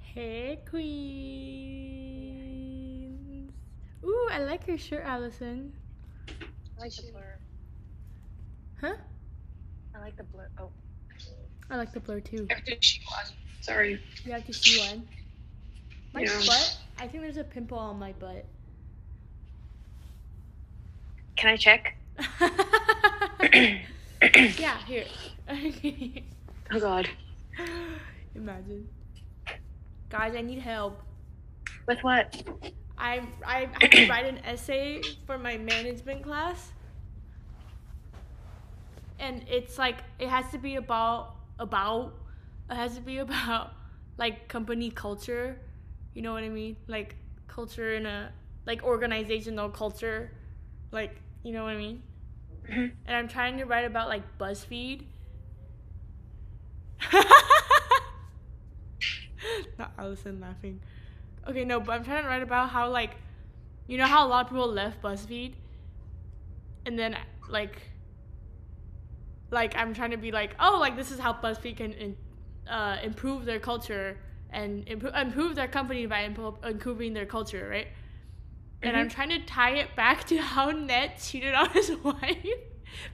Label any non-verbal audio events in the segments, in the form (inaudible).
Hey, Queens. Ooh, I like your shirt, Allison. I like the blur. Huh? I like the blur. Oh. I like the blur too. After she was. Sorry. You have to see one. My Yeah. butt? I think there's a pimple on my butt. (laughs) Can I (clears throat) check? yeah, here. (laughs) Oh God. Imagine. Guys, I need help. With what? I I have to write an essay for my management class. And it's like it has to be about about it has to be about like company culture. You know what I mean? Like culture in a like organizational culture. Like, you know what I mean? Mhm. And I'm trying to write about like BuzzFeed. (laughs) Not Allison laughing. Okay, no, but I'm trying to write about how like, you know how a lot of people left BuzzFeed, and then like, like I'm trying to be like, oh, like this is how BuzzFeed can in, uh, improve their culture and improve improve their company by impo- improving their culture, right? And I'm trying to tie it back to how Ned cheated on (laughs) his wife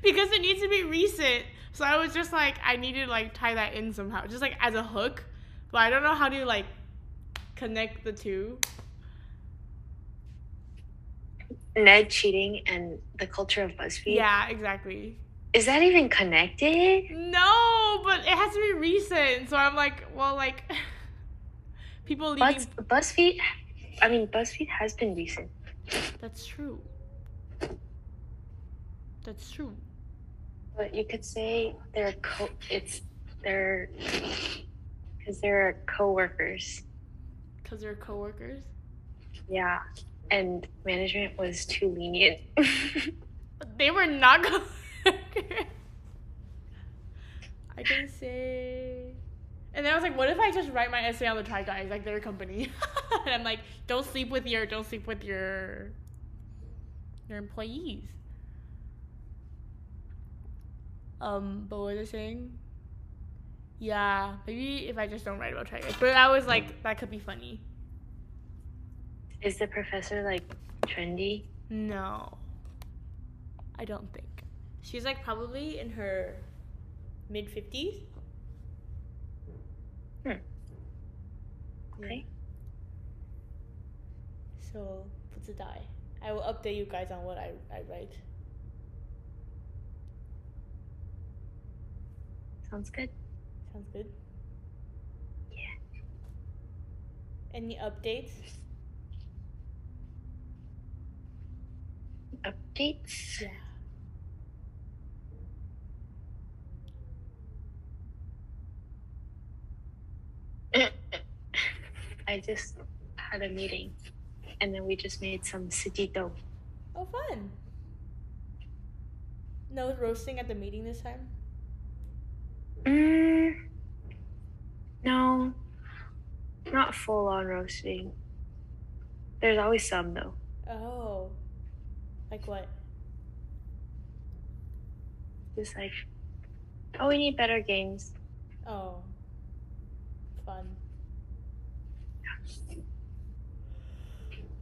because it needs to be recent. So I was just like, I need to like tie that in somehow, just like as a hook. But I don't know how to like connect the two. Ned cheating and the culture of BuzzFeed. Yeah, exactly. Is that even connected? No, but it has to be recent. So I'm like, well, like (laughs) people leaving. Buzz, BuzzFeed. I mean, BuzzFeed has been recent. That's true. That's true. But you could say they're co. It's they're because they're coworkers. Cause they're coworkers. Yeah, and management was too lenient. (laughs) But They were not coworkers. (laughs) I can say. And then I was like, what if I just write my essay on the Try Guys, like their company? (laughs) and I'm like, don't sleep with your, don't sleep with your, your employees. Um, but what was I saying? Yeah, maybe if I just don't write about Try Guys. But I was like, that could be funny. Is the professor like trendy? No. I don't think. She's like probably in her mid 50s. Hmm. Okay. So, what's it die? I will update you guys on what I, I write. Sounds good. Sounds good? Yeah. Any (laughs) updates? Updates. Yeah. (laughs) I just had a meeting and then we just made some sitito. Oh, fun. No roasting at the meeting this time? Mm, no, not full on roasting. There's always some though. Oh. Like what? Just like, oh, we need better games. Oh. Fun.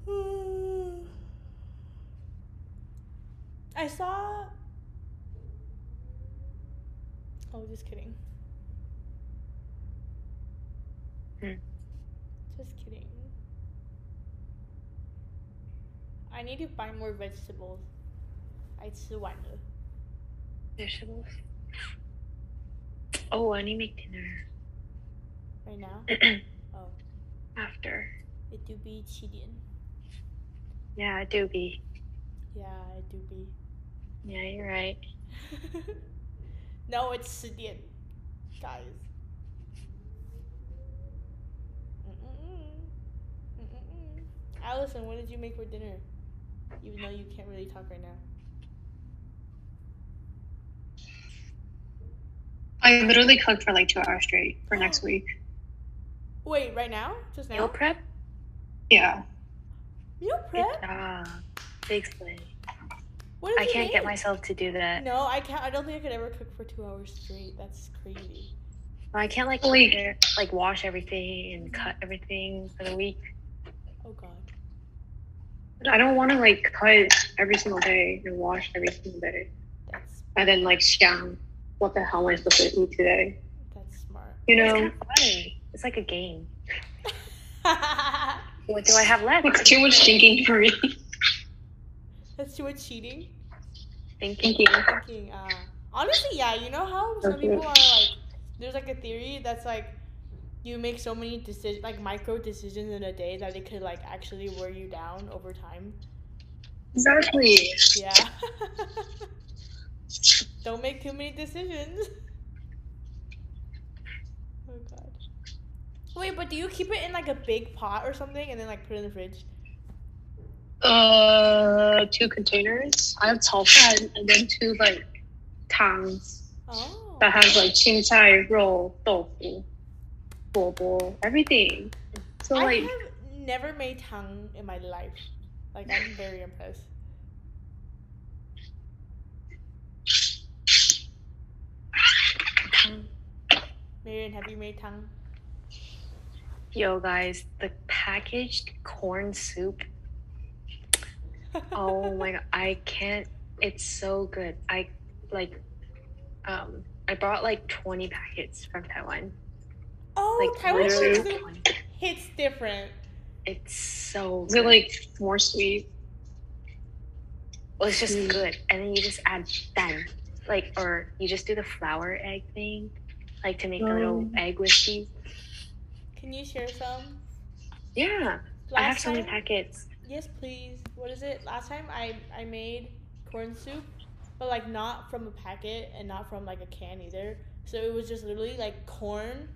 (sighs) I saw. Oh, just kidding. Hmm. Just kidding. I need to buy more vegetables. I 吃完了. Vegetables. Oh, I need to make dinner Right now? oh, after. it do be 七点. Yeah, it do be. Yeah, it do be. Yeah, you're right. no, it's 十点，guys。Allison, what did you make for dinner? Even though you can't really talk right now. I literally cooked for like two hours straight for next week. Wait, right now? Just now? Meal prep? Yeah. Meal Good prep? job. Big slay. What did I you can't get make? myself to do that. No, I can't. I don't think I could ever cook for two hours straight. That's crazy. I can't like Wait. prepare- like wash everything and cut everything for the week. Oh god. I don't want to like cut every single day and wash every single day That's and then like sham. What the hell am I supposed to eat today? that's smart. (laughs) You It's know, kind of fun. It's like a game. that's What do I have left? it's too much thinking for me. too much cheating. Thinking. thinking. Thinking, uh, honestly, yeah, you know how some people are like there's like a theory that's like you make so many decisions like micro decisions in a day that it could like actually wear you down over time. Exactly. Yeah. (laughs) Don't make too many decisions. Oh god. Wait, but do you keep it in like a big pot or something and then like put it in the fridge? Uh, two containers. I have 炒饭 and then two like tongs Oh. that has like 青菜,肉,豆腐,萝卜, everything. So I like, have never made tongue in my life. Like I'm very impressed. Marion, have you made tongue? (laughs) Yo guys, the packaged corn soup. Oh my god, I can't. It's so good. I like. Um, I bought like 20 packets from Taiwan. Oh, Like Taiwan literally soup 20. hits different. It's so is it good. like more sweet? Well, it's just Mm. good. And then you just add dan, like, or you just do the flour egg thing, like to make a little Um. egg with cheese. Can you share some? Yeah, I have so many packets. Yes, please. What is it? Last time I I made corn soup, but like not from a packet and not from like a can either. So it was just literally like corn,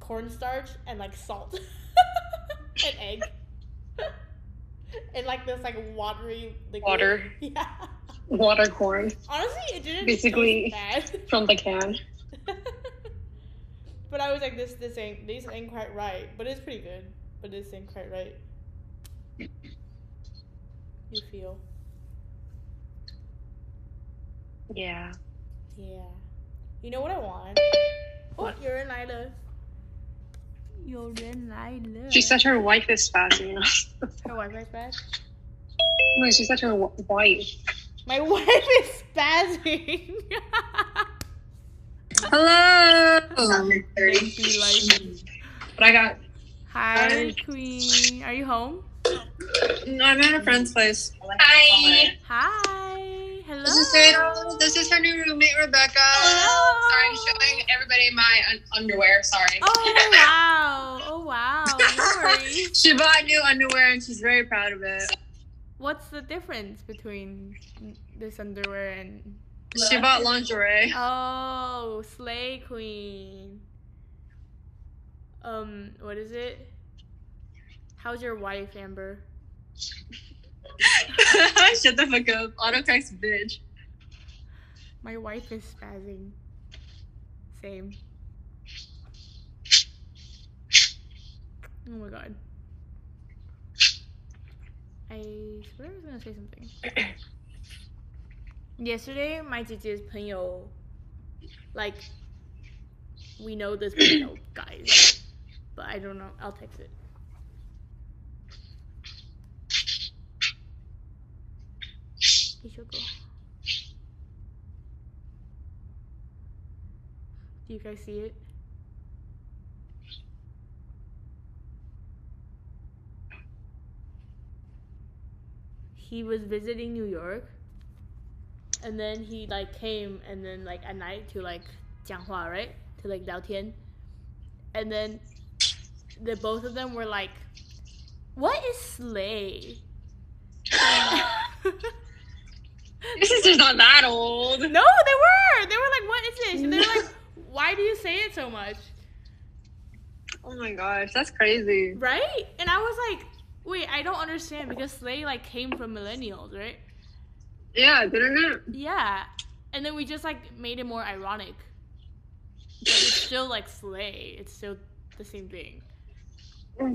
cornstarch, and like salt, (laughs) and egg, and like this like watery liquid. Water. (laughs) Yeah. Water corn Honestly, it didn't Basically- taste from the can. bad. (laughs) but I was like, this this ain't this ain't quite right. But it's pretty good. But this ain't quite right. You feel. Yeah. Yeah. You know what I want? Oh, you're in Lila. You're in Lila. She said her wife is (laughs) spazzing. her Wi-Fi's bad. No, she said her w- wife. My (laughs) wife is spazzing. (laughs) Hello. Baby, like, But I got. hi, Queen. Are you home? No, I'm at a friend's place. Hi. Hi. Hello. This is her. This is her new roommate, Rebecca. Hello. Sorry, I'm showing everybody my un- underwear. Sorry. Oh wow. Oh wow. No worries. she bought new underwear and she's very proud of it. What's the difference between this underwear and? She bought (laughs) lingerie. (laughs) Oh, Slay Queen. Um, what is it? How's your wife, Amber? (laughs) Shut the fuck up. Autocorrect's bitch. My wife is spazzing. Same. Oh my god. I swear I was gonna say (clears throat) something. Yesterday, my teacher's Penyo, like, we know this (coughs) Penyo, guys, but I don't know. I'll text it. You should go. Do you guys see it? He was visiting New York and then he like came and then like at night to like 讲话, right? To like 聊天. And then the both of them were like, What is slay? Your sister's not that old. No, they were. They were like, "What is this?" And they were like, "Why do you say it so much?" Oh my gosh, that's crazy. Right? And I was like, "Wait, I don't understand because they like came from millennials, right?" Yeah, didn't it? Yeah. And then we just like made it more ironic. But it's still like slay. It's still the same thing.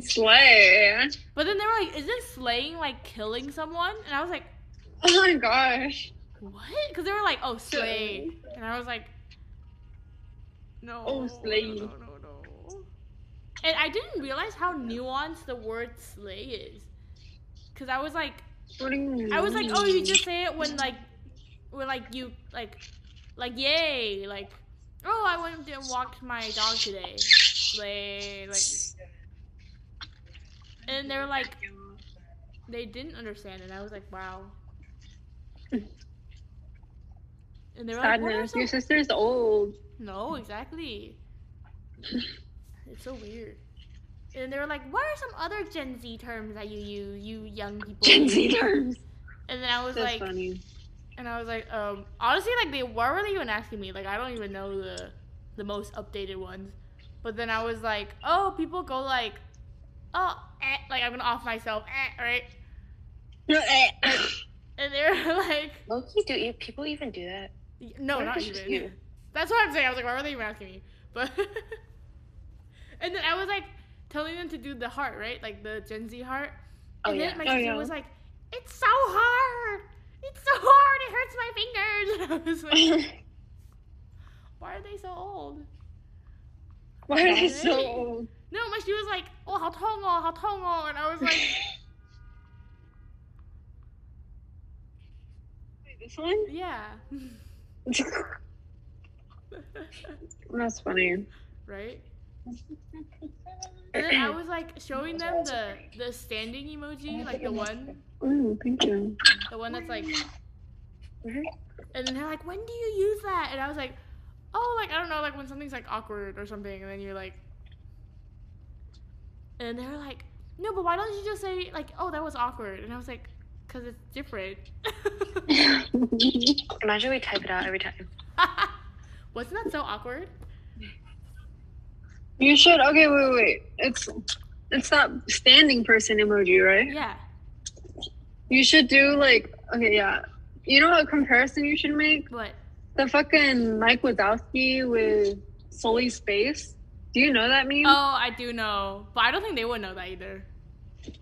Slay. But then they were like, "Isn't slaying like killing someone?" And I was like, Oh my gosh. "What?" Because they were like, "Oh, slay," and I was like, No. Oh, slay. No, no, no, no. And I didn't realize how nuanced the word slay is. Cause I was like, What do you mean? I was like, oh, you just say it when like, when like you like, like yay, like, oh, I went and walked my dog today, slay, like. And they're like, they didn't understand, and I was like, wow. And they were like, what are Sadness. some Your sister's old. (laughs) no, exactly. it's so weird. And they were like, "What are some other Gen Z terms that you you you young people?" Gen use?" Z terms. And then I was That's like, (laughs) funny. and I was like, um, honestly, like they weren't even asking me. Like I don't even know the the most updated ones. But then I was like, oh, people go like, oh, eh, like I'm gonna off myself, eh, right? And they were (laughs) like, Loki, do you, people even do that? no, What if not it's just even. you? That's what I'm saying. I was like, why were they even asking me? But (laughs) and then I was like telling them to do the heart, right? Like the Gen Z heart. Oh, and then yeah. my Oh, sister yeah. was like, It's so hard. It's so hard, it hurts my fingers. (laughs) And I was like, (laughs) Why are they so old? Why are they so Really? old? No, my she was like, Oh how tong oh, how tong oh and I was like Wait, This one? (laughs) Yeah. (laughs) That's funny. right? And then I was like showing them the the standing emoji, like the one Ooh, thank you. (laughs) The one that's like. And then they're like, when do you use that? And I was like, oh, like, I don't know, like when something's like awkward or something. And then you're like. And they're like, no, but why don't you just say, like, oh, that was awkward? And I was like, because it's different. (laughs) Imagine we type it out every time. Wasn't that so awkward? You should. Okay, wait, wait. It's it's that standing person emoji, right? Yeah. You should do like okay, yeah. You know what comparison you should make? But The fucking Mike Wazowski with Sully Space. Do you know that meme? Oh, I do know. But I don't think they would know that either.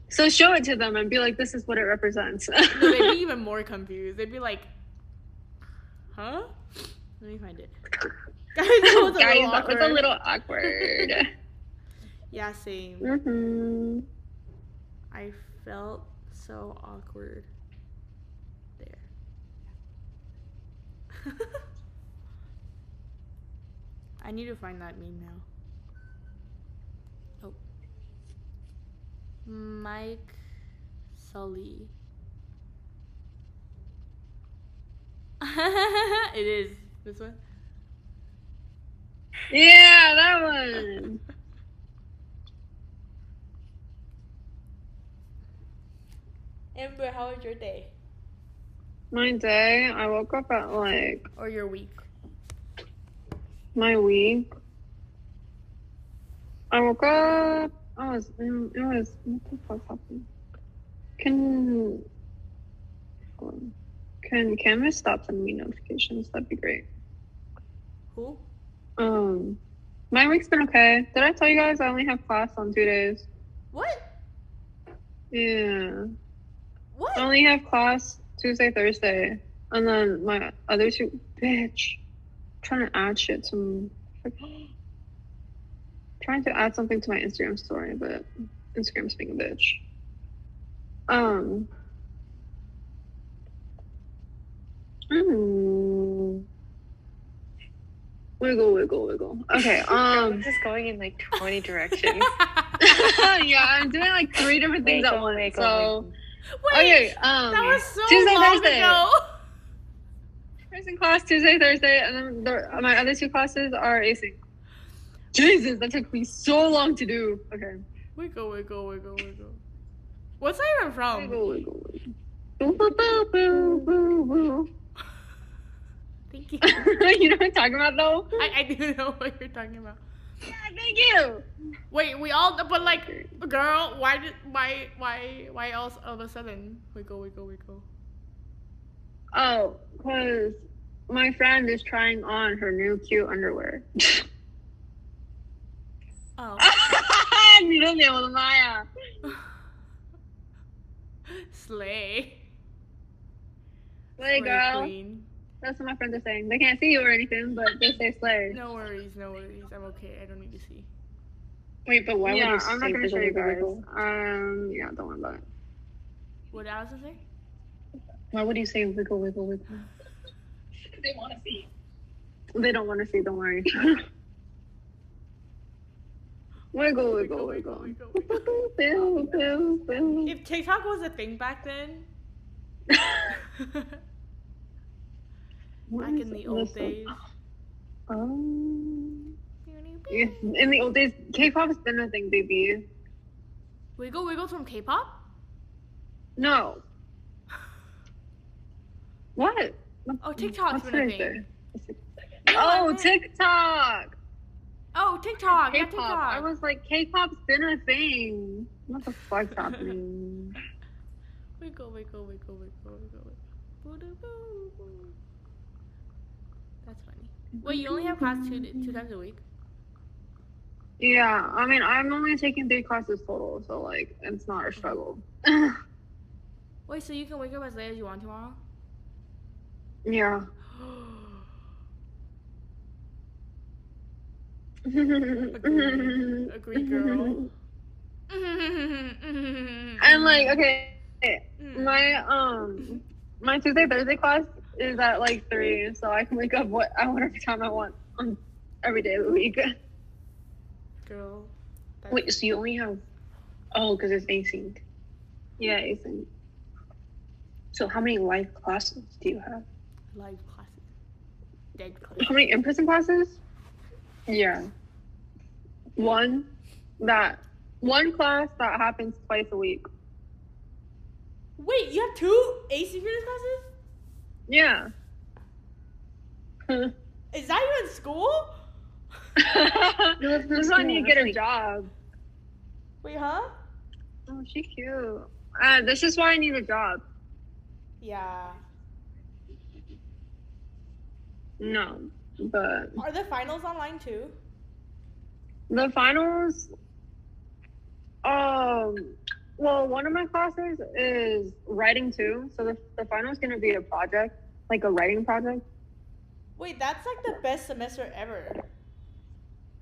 So show it to them and be like, "This is what (laughs) it represents." (laughs) No, they'd be even more confused. They'd be like, huh? Let me find it. (laughs) Guys, that was a Guys, little that was awkward. a little (laughs) awkward. Yeah, same. hmm I felt so awkward there. (laughs) I need to find that meme now. Oh. Mike Sully. (laughs) it is. This one? Yeah, that one. Amber, how was your day? My day. I woke up at like Or your week? my week. I woke up. I was. mm, It was. What the fuck happened? Can. hold on. Can Canvas stop sending me notifications? That'd be great. Who? Um, my week's been okay. Did I tell you guys I only have class on two days? What? Yeah. What? I (laughs) Oh, only have class Tuesday, Thursday, and then my other two. Bitch, trying to add shit to. (gasps) Trying to add something to my Instagram story, but Instagram's being a bitch. Um. mm. Wiggle, wiggle, wiggle. (laughs) Okay. Um. this is going in like (laughs) 20 directions. yeah, I'm doing like three different things Wiggle, at once. wiggle, so Wait, okay. Um. that was so Tuesday, long Thursday. ago. (laughs) First in class Tuesday, Thursday, and then the, my other two classes are async. Jesus, that took me so long to do. Okay. Wiggle, wiggle, wiggle, wiggle. What's that even from? Wiggle, wiggle, wiggle. Boo, boo, boo, boo, boo, Thank you. boo. (laughs) you know what I'm talking about, though? I, I do know what you're talking about. Yeah, thank you. Wait, we all, but like, girl, why did, why, why, why else all of a sudden? Wiggle, wiggle, wiggle. Oh, because my friend is trying on her new cute underwear. (laughs) Oh. (laughs) 미련해, 엄마야. Slay. Hey, Slay girl. Queen. That's what my friends are saying. They can't see you or anything, but they say Slay. (laughs) No worries, no worries. I'm okay. I don't need to see. Wait, but why would yeah, you I'm not say gonna show Wiggle you guys. Wiggle? Um, yeah, don't worry about it. What Allison say? Why would you say wiggle wiggle wiggle? They want to see. They don't want to see. Don't worry. (laughs) wiggle, wiggle, wiggle. Bill, Bill, Bill. If TikTok was a thing back then, (laughs) (laughs) back in the old days. Um, yeah, in the old days, K-pop has been a thing, baby. Wiggle Wiggle's from K-pop? No. What? Oh, TikTok's What's been a right thing. there? I Oh, meant- TikTok. Oh, TikTok. Yeah, K-pop. I TikTok. was like, K-pop's been a thing. What the fuck's (laughs) happening? Wiggle, wiggle, wiggle, wiggle, wiggle, wiggle. Boo-doo-boo. That's funny. Wait, you only have class two two times a week? Yeah, I mean, I'm only taking three classes total, so like, it's not a struggle. (laughs) Wait, so you can wake up as late as you want tomorrow? (gasps) yeah. (laughs) Agree. Agree, girl. Mm-hmm. And and like, okay, Mm-hmm. my um, my Tuesday Thursday class is at like three, so I can wake up what I want every time I want on every day of the week. girl. that's- Wait, so you only have oh, because it's async. Yeah, Ethan. So how many live classes do you have? live classes. Dead classes. How many in-person classes? Yeah. One. That one class that happens twice a week. Wait, you have two asynchronous classes? (laughs) Yeah. Is that even school? this is why I need to get a job. Wait, huh? Oh, she cute. Uh, this is why I need a job. Yeah. No, but Are the finals online too? the finals. Um, well, one of my classes is writing too, so the the final's gonna be a project, like a writing project. Wait, that's like the best semester ever.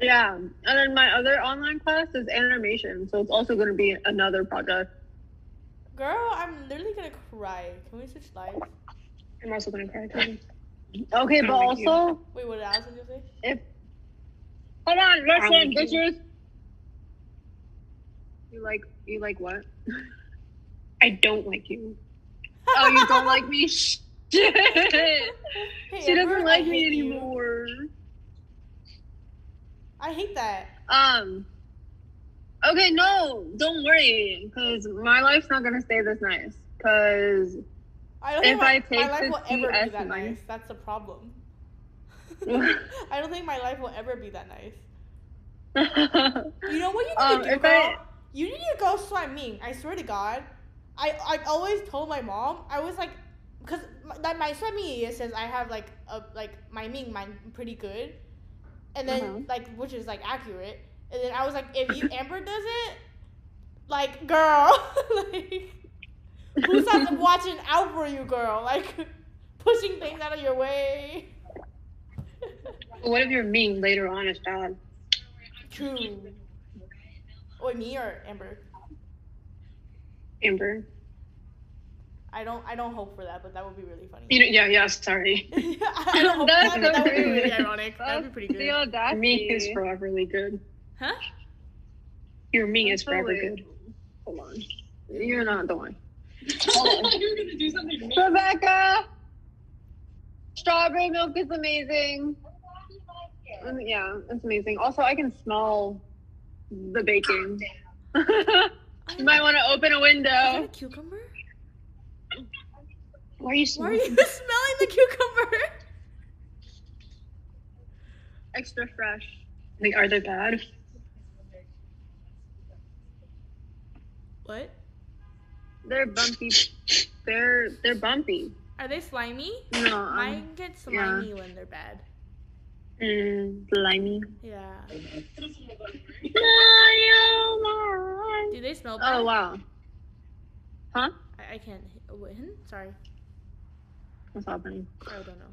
Yeah, and then my other online class is animation, so it's also gonna be another project. Girl, I'm literally gonna cry. Can we switch lives? I'm also gonna cry. too. (laughs) Okay, but Oh, thank also, Wait, what did Allison just say? hold on, I'm listen, with you. bitches. You like you like what? I don't like you. Oh, you don't like me? (laughs) Shit. (laughs) She Hey, Amber, doesn't I like me hate you. anymore. I hate that. Um. Okay, no, don't worry, because my life's not gonna stay this nice. (laughs) Because I don't If think my, I take my life the will ever be TS that knife- nice. That's the (laughs) problem. (laughs) What? I don't think my life will ever be that nice. I You know what you need Um, to do, if girl? I- You need to go swim me. I swear to God. I I always told my mom. I was like, because that my swimming says I have like a like my ming mine pretty good, and then Uh-huh. like which is like accurate. And then I was like, if you Amber does it, like girl, (laughs) like who's (laughs) not watching out for you, girl? Like (laughs) pushing things out of your way. What if you're mean later on is bad? True. Or me or Amber. Amber. I don't I don't hope for that, but that would be really funny. (laughs) You know, yeah, yeah, sorry. I I (laughs) don't hope That's for that, but that would be okay. really ironic. That would be pretty The good. audacity. Me is foreverly good. Huh? Your me is forever Absolutely. good. Hold on. You're not (laughs) the one. You're gonna do something to me. Rebecca! Strawberry milk is amazing. Um, yeah, it's amazing. Also, I can smell the baking. (laughs) you might want to open a Is that window. a cucumber? Why are you Why are smiling? you (laughs) smelling the cucumber? (laughs) Extra fresh. Like, are they bad? What? They're bumpy. They're they're bumpy. Are they slimy? No, um, Mine get slimy when they're bad. Mm, slimy. Yeah. oh Do they smell Oh, bad? wow. I, I can't. When? Sorry. What's happening? I don't know.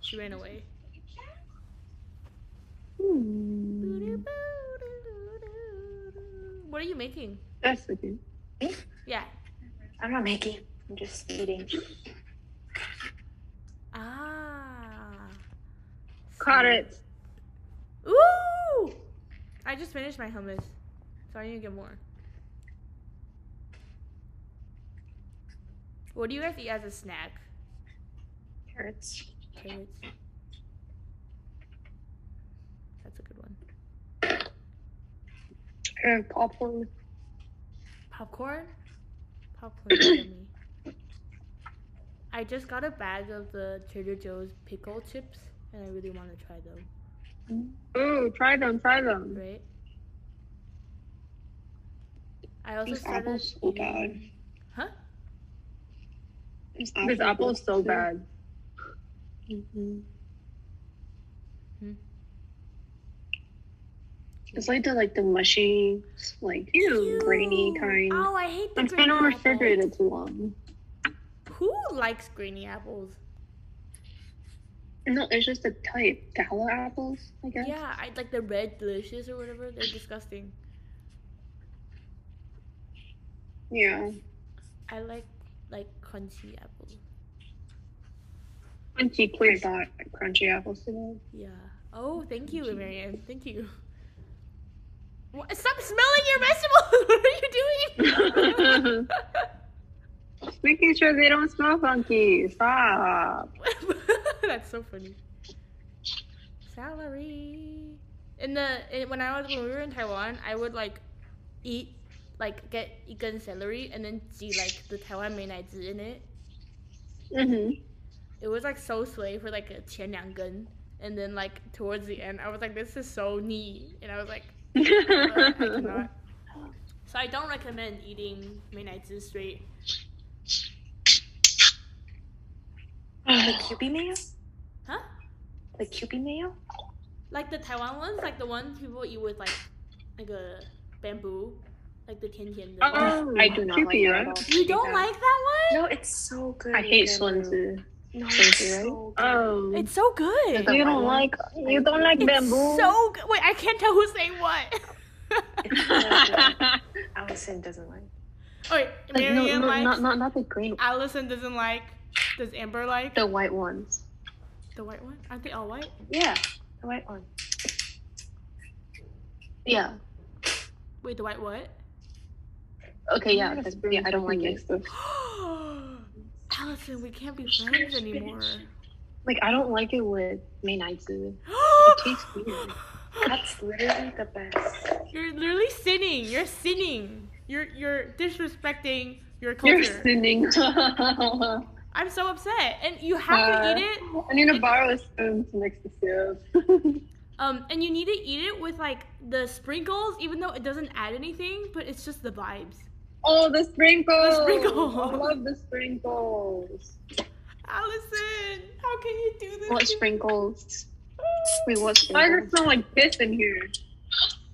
She ran away. What are you making? That's okay. Yeah. I'm not making. I'm just eating. Ah. Caught it. Ooh! I just finished my hummus, so I need to get more. What do you guys eat as a snack? Carrots. Carrots. That's a good one. And popcorn. Popcorn? Popcorn. yummy. I just got a bag of the Trader Joe's pickle chips, and I really want to try them. Ooh, try them, try them. Right. I also These started. apples so bad. eating- Huh? This This apple is so bad. Mm-hmm. Hmm. It's like the like the mushy, like Ew. grainy kind. Oh, I hate the It's grainy been apples. refrigerated too long. Who likes grainy apples? No, it's just a type. Gala apples, I guess. Yeah, I like the red delicious or whatever. They're disgusting. Yeah. I like like crunchy apples. Crunchy, We please. bought crunchy apples today. Yeah. Oh, thank you, Marianne. Thank you. What? Stop smelling your (laughs) vegetables. what are you doing? (laughs) Making sure they don't smell funky. Stop. (laughs) That's so funny. Celery. In the in, when I was when we were in Taiwan, I would like eat like get 一根 celery and then 挤 like the Taiwan 美乃滋 in it. Mm-hmm. It was like so sway for like a 前两根 and then like towards the end, I was like, this is so neat, and I was like, I cannot. (laughs) So I don't recommend eating 美乃滋 straight. The Cupid mayo? Huh? The Cupid mayo? Like the Taiwan ones, like the ones people eat with like like a bamboo, like the tian tian. Oh, I do not like creepy, that at right? all. You don't like that one? No, it's so good. I hate Bamboo. Swansea. No, Swansea, it's right? so good. Oh, It's so good. the white you don't one. like you don't like It's bamboo. so good. Wait, I can't tell who's saying what. (laughs) (laughs) It's so good. Allison doesn't like. Oh, wait, Like, no, Marianne no, likes. not, not, not the green one. Allison doesn't like. Does Amber like the, The white ones. white one? Aren't they all white? Yeah, the white one. Yeah. Wait, the white what? (gasps) Okay, yeah. but- yeah, I don't like it. Allison, we can't be friends anymore. Like, I don't like it with Mainaitsu. tastes weird. (gasps) (laughs) That's literally the best. You're literally sinning. You're sinning. You're you're disrespecting your You're culture. sinning. (laughs) I I'm so upset. And you have Uh, to eat it. need to borrow a spoon to mix the soup. Um, and you need to eat it with like the sprinkles, even though it doesn't add anything, but it's just the vibes. oh, the sprinkles! The sprinkles. I love the sprinkles. Allison, how can you do this? What to- sprinkles? Wait, what Why sprinkles? does it smell like piss in here?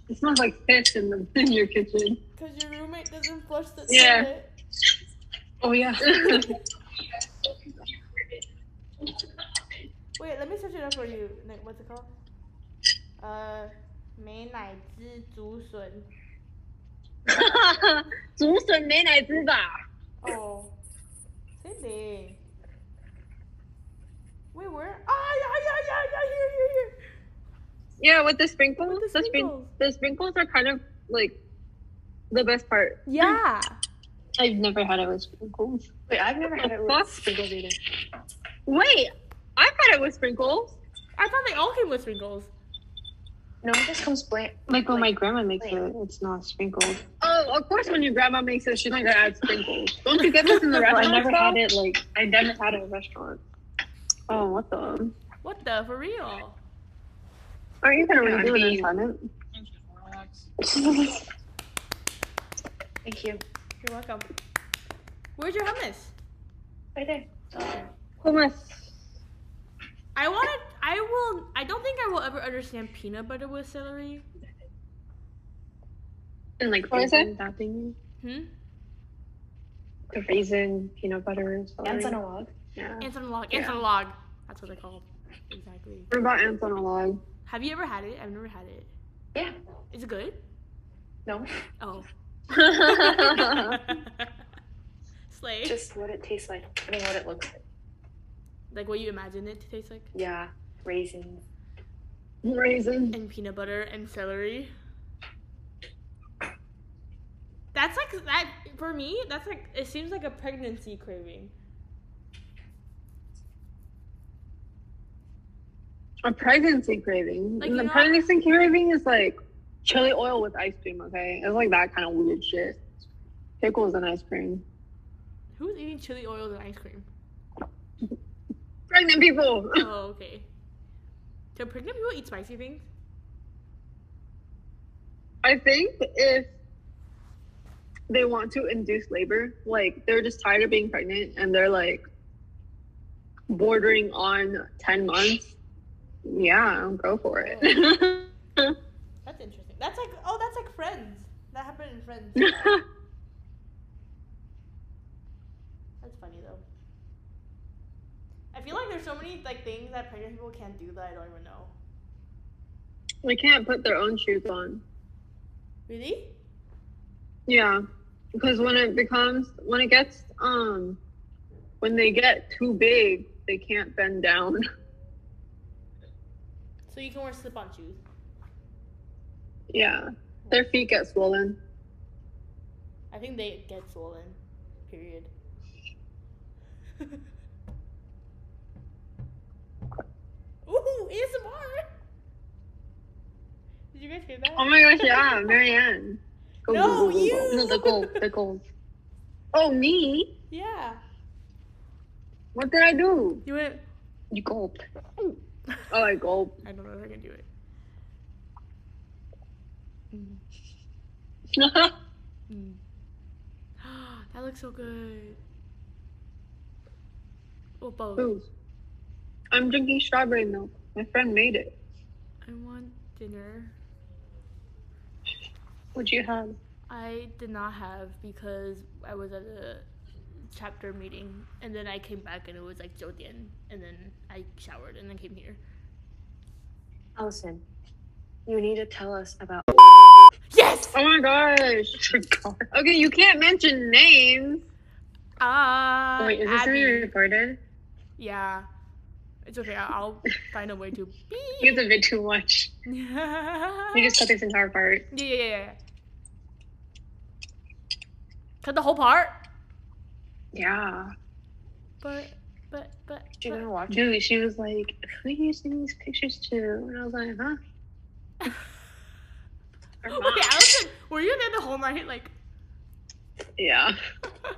It smells like piss in the in your (laughs) kitchen. (laughs) Cause your roommate doesn't flush the Yeah. toilet. Oh, yeah. Wait, let me search it up for you. Like, what's it called? Uh, 美乃滋竹笋.竹笋美乃滋吧。 Oh, same thing. Wait, where? Ah, yeah, yeah, yeah, yeah. Here, here, here. Yeah, with the With sprinkles, the the, sprinkles. the sprinkles are kind of like the best part. Yeah. I've never had it with sprinkles. Wait, I've never had it Fuck. with sprinkles either. Wait, I've had it with sprinkles. I thought they all came with sprinkles. No, it just comes bland. Like when my grandma makes it, it's not sprinkled. Oh, of course, when your grandma makes it, she's not gonna add sprinkles. Don't you get this in the But restaurant? I never had it. Like I never had it in a restaurant. Oh, what the? What the? For real? Aren't you gonna Yeah, I redo it in mean- silent? Thank you. You're welcome. Where's your hummus? Right there. Hummus. I want to. I will. I don't think I will ever understand peanut butter with celery. And like What is it? raisin that thing. Hmm. The raisin, peanut butter. Ants on a log. Yeah. Ants on a log. Ants Yeah. on a log. That's what they're called. Exactly. What about ants on a log? Have you ever had it? I've never had it. Yeah. Is it good? No. Oh. (laughs) Slay. Just what it tastes like. I mean, what it looks like. like what you imagine it to taste like. Yeah. Raisins. Raisin. And peanut butter and celery. That's like that for me, that's like it seems like a pregnancy craving. A pregnancy craving. Like, and you the know- pregnancy craving is like chili oil with ice cream, okay? It's like that kind of weird shit. Pickles and ice cream. Who's eating chili oils and ice (coughs) cream? Pregnant people! (laughs) Oh, okay. Do pregnant people eat spicy things? I think if they want to induce labor, like they're just tired of being pregnant and they're like bordering on 10 months, yeah, go for it. (laughs) That's interesting. That's like oh, that's like Friends. That happened in Friends. that's funny though. I feel like there's so many like things that pregnant people can't do that I don't even know. they can't put their own shoes on. Really? Yeah, because when it becomes when it gets um when they get too big, they can't bend down. (laughs) So you can wear slip-on shoes. yeah, their feet get swollen. I think they get swollen. Period. (laughs) Ooh, ASMR! Did you guys hear that? Oh my gosh, yeah, Marianne. Go, No, go, go, go, go. you. No, the goal, the goal. Oh me? yeah. What did I do? You went. (laughs) You gulped. Oh, I gulped. (laughs) I don't know if I can do it. Mm. (gasps) that looks so good. Oh, both. Ooh. I'm drinking strawberry milk. My friend made it. I want dinner. What you have? I did not have because I was at a chapter meeting and then I came back and it was like Jodian and then I showered and then came here. Allison, you need to tell us about. Yes! Oh my (laughs) gosh. Okay, you can't mention names. Ah, Wait, is this Abby. being recorded? Yeah. It's okay. I- I'll (laughs) find a way to You beep. (laughs) guys have been too much. yeah, We just cut this entire part. yeah, yeah, yeah. Cut the whole part. Yeah. But, but, but. Do but- (gasps) you want to watch it? Dude, she was like, who are you sending these pictures to? And I was (laughs) like, huh? Her mom. okay, Allison, were you there the whole night? Like, Yeah.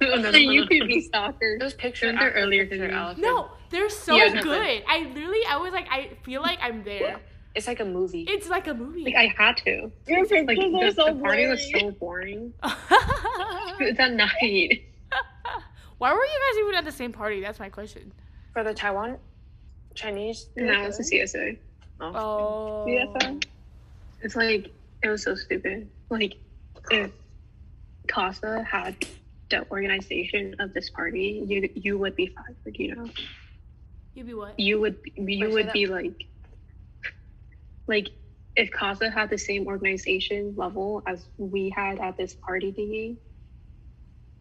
no, Oh, no, So no, (laughs) you no. could be stalker. Those pictures Weren't there after earlier picture, than me? Allison. no, they're so Yeah, no, but- good. I literally, I was like, I feel like I'm there. It's like a movie. It's like a movie. Like I had to. Your pictures Like the, are so the party was boring. boring. so boring. (laughs) Why (laughs) It's at night. (laughs) were you guys even at the same party? That's my question. For the Taiwan Chinese. And that was a CSA. Oh. CSI? It's like it was so stupid. Like if Casa had the organization of this party, you you would be fired. You know, You be what? you would you Wait, say would that- be like like if Casa had the same organization level as we had at this party thingy,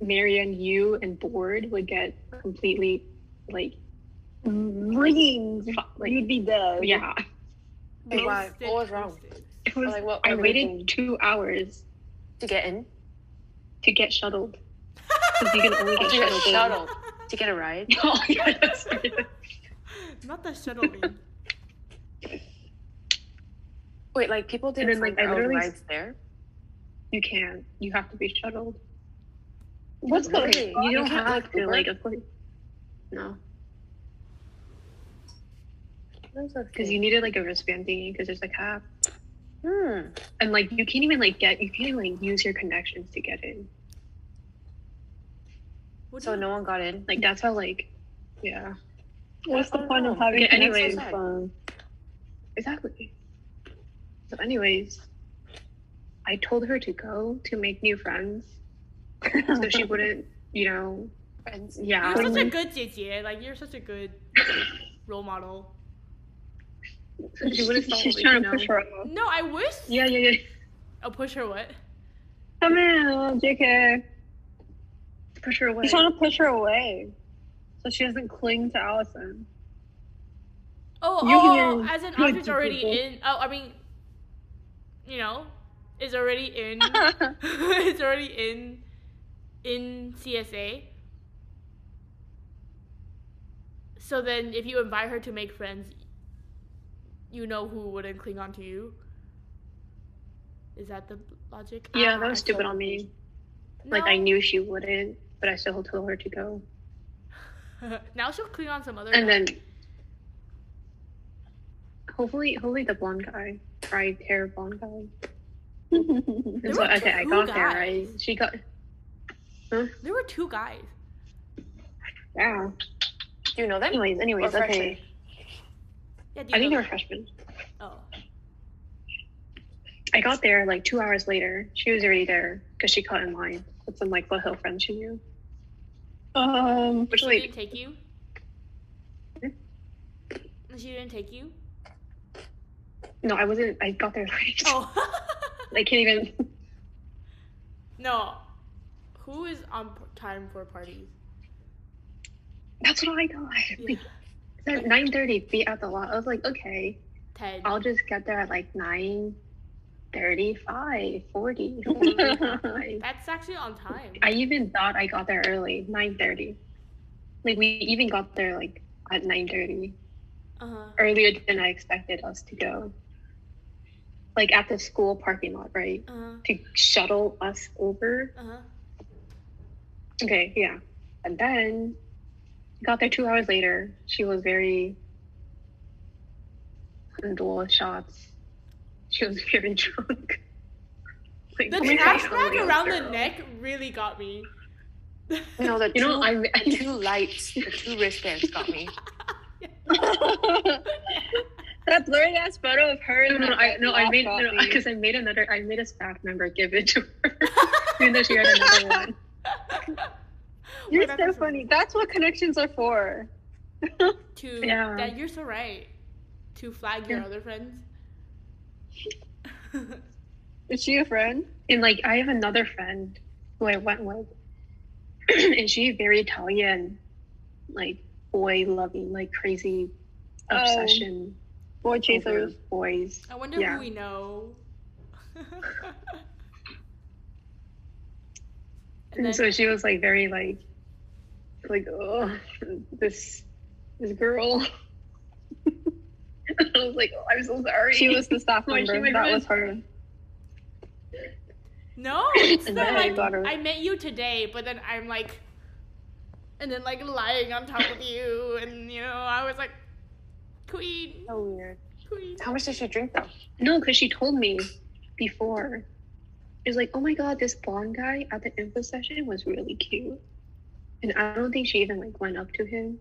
Marianne, you and board would get completely like Rings. fu- like You'd be dead. yeah. Wait, why? Roasted, What was wrong? (laughs) roasted. It was, Like, what I everything? waited two hours To get in? to get shuttled. (laughs) Because you can only Oh, get to get shuttled. shuttled. To get (laughs) a ride? Oh, yeah, that's right. (laughs) Not the shuttle thing. Wait, like people And didn't then, like, find their I own literally- rides there? you can't. You have to be shuttled. What's the Really? You You don't can't, have like, to, Uber? like, of course. No, because you needed like a wristband thingy because there's like half, Hmm. and like you can't even like get you can't even, like use your connections to get in. What do So you- no one got in? Like that's how like, yeah, What's the I don't point of know. having Okay, connections anyways. on the phone? exactly. So, anyways, I told her to go to make new friends, (laughs) so she wouldn't, you know, Friends. yeah. You're such a like- (laughs) good 姐姐, like you're such a good role model. So she would have stolen She's it, trying you to push know? her off. No, I wish. Yeah, yeah, yeah. I'll push her what? Come in, little JK. Push her away. He's trying to push her away so she doesn't cling to (laughs) Allison. Oh, You oh, can- as an you object can already do it. in. Oh, I mean, you know, is already in. (laughs) (laughs) it's already in, in CSA. So then, if you invite her to make friends, you know who wouldn't cling on to you. Is that the logic? I yeah, don't that know, I was still- stupid on me. Like No. I knew she wouldn't, but I still told her to go. (laughs) now she'll cling on some other. And guy. then hopefully hopefully the blonde guy. Fried hair blonde (laughs) guy. And so were okay, I two got there, guys. right? She got there were two guys. yeah. Do you know them? Anyways, anyways, Or okay. Yeah, do you I think they know were them? freshmen. Oh, I got there like two hours later. She was already there because she caught in line with some like Foothill friends she knew. Um, Which she like didn't take you. Hmm? She didn't take you. no, I wasn't. I got there late. (laughs) Oh. I can't even. (laughs) No. Who is on p- time for parties? That's what I got. Yeah. Like, nine thirty, be at the lot. I was like, okay, 10. I'll just get there at like nine thirty-five, forty. (laughs) 45. That's actually on time. I even thought I got there early, nine thirty. Like we even got there like at nine thirty, Uh-huh. earlier than I expected us to go. Like at the school parking lot, right? Uh-huh. to shuttle us over. Uh-huh. Okay, yeah. And then got there two hours later. She was (laughs) very and all shots. She was (laughs) very drunk. Like, The oh my trash God, bag real around the girl. neck really got (laughs) me. No, the two, You know, I, I two lights, the two wristbands got me. that blurry ass photo of her. no, and no, that I, no, I black made no (laughs) coffee. because I made another. I made a staff member give it to her, (laughs) even though she had another one. Wait, You're that's so awesome. funny. That's what connections are for. To, Yeah. That, you're so right. To flag your Yeah. other friends. (laughs) Is she a friend? And like I have another friend who I went with, (clears throat) and she's very Italian, like boy loving, like crazy Oh, obsession Boy over chasers. boys. I wonder Yeah. who we (laughs) know. (laughs) And, so she was like very like, like oh this this girl. (laughs) I was like, oh, I'm so sorry. She was the staff (laughs) When she member. went That with- was her. No, it's (coughs) And not then I like got her. I met you today, but then I'm like, and then like lying on top of you, and you know I was like, queen, So weird. queen. How much did she (laughs) drink though? No, because she told me before. It was like, oh my god, this blonde guy at the info session was really cute. And I don't think she even like went up to him.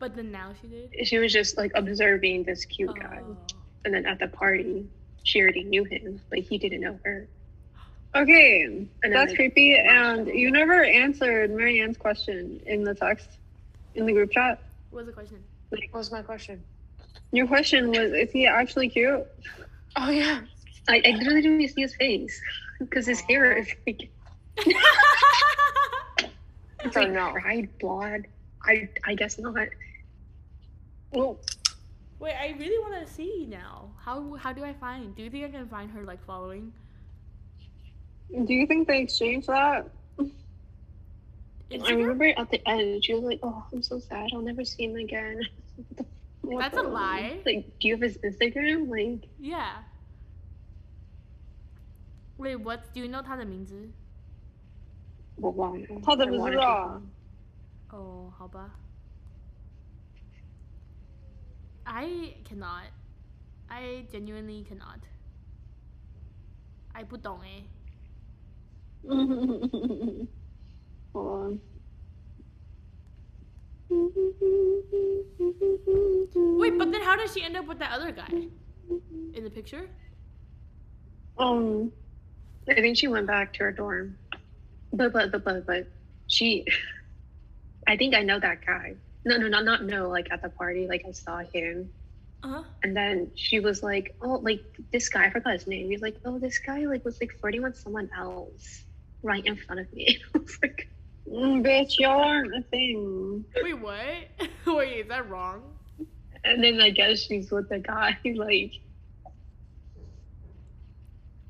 But then now she did. Oh, She was just like observing this cute guy. And then at the party, she already knew him, but he didn't know her. Okay, And then, that's like, creepy. And you never answered Marianne's question in the text, in the group chat. What was the (laughs) question? (laughs) What was my question? Your question was, is he actually cute? Oh yeah. I, I literally didn't even see his face (laughs) because his hair is like, it's Oh, like no. fried blonde. I I guess not. Well, Wait, I really want to see now. How how do I find? Do you think I can find her like following? do you think they exchanged that? I Instagram? remember at the end, she was like, "Oh, I'm so sad. I'll never see him again." (laughs) What That's a the- lie. Like, do you have his Instagram? Like, Yeah. Wait, what? Do you know 她的名字? well, wow. Tell them I it's wanted to- raw. (laughs) Oh, 好吧. I cannot. I genuinely cannot. I 不懂 eh. Hold on. Wait, but then how does she end up with that other guy? In the picture? Um, I think she went back to her dorm, but but but but but she. I think I know that guy. No, no, not not no. Like at the party, like I saw him, Uh-huh. And then she was like, oh, like this guy, I forgot his name. He's like, oh, this guy like was like flirting with someone else right in front of me. (laughs) I was like, Mm, bitch, y'all aren't a thing. Wait, what? (laughs) Wait, is that wrong? and then I guess she's with the guy. (laughs) Like,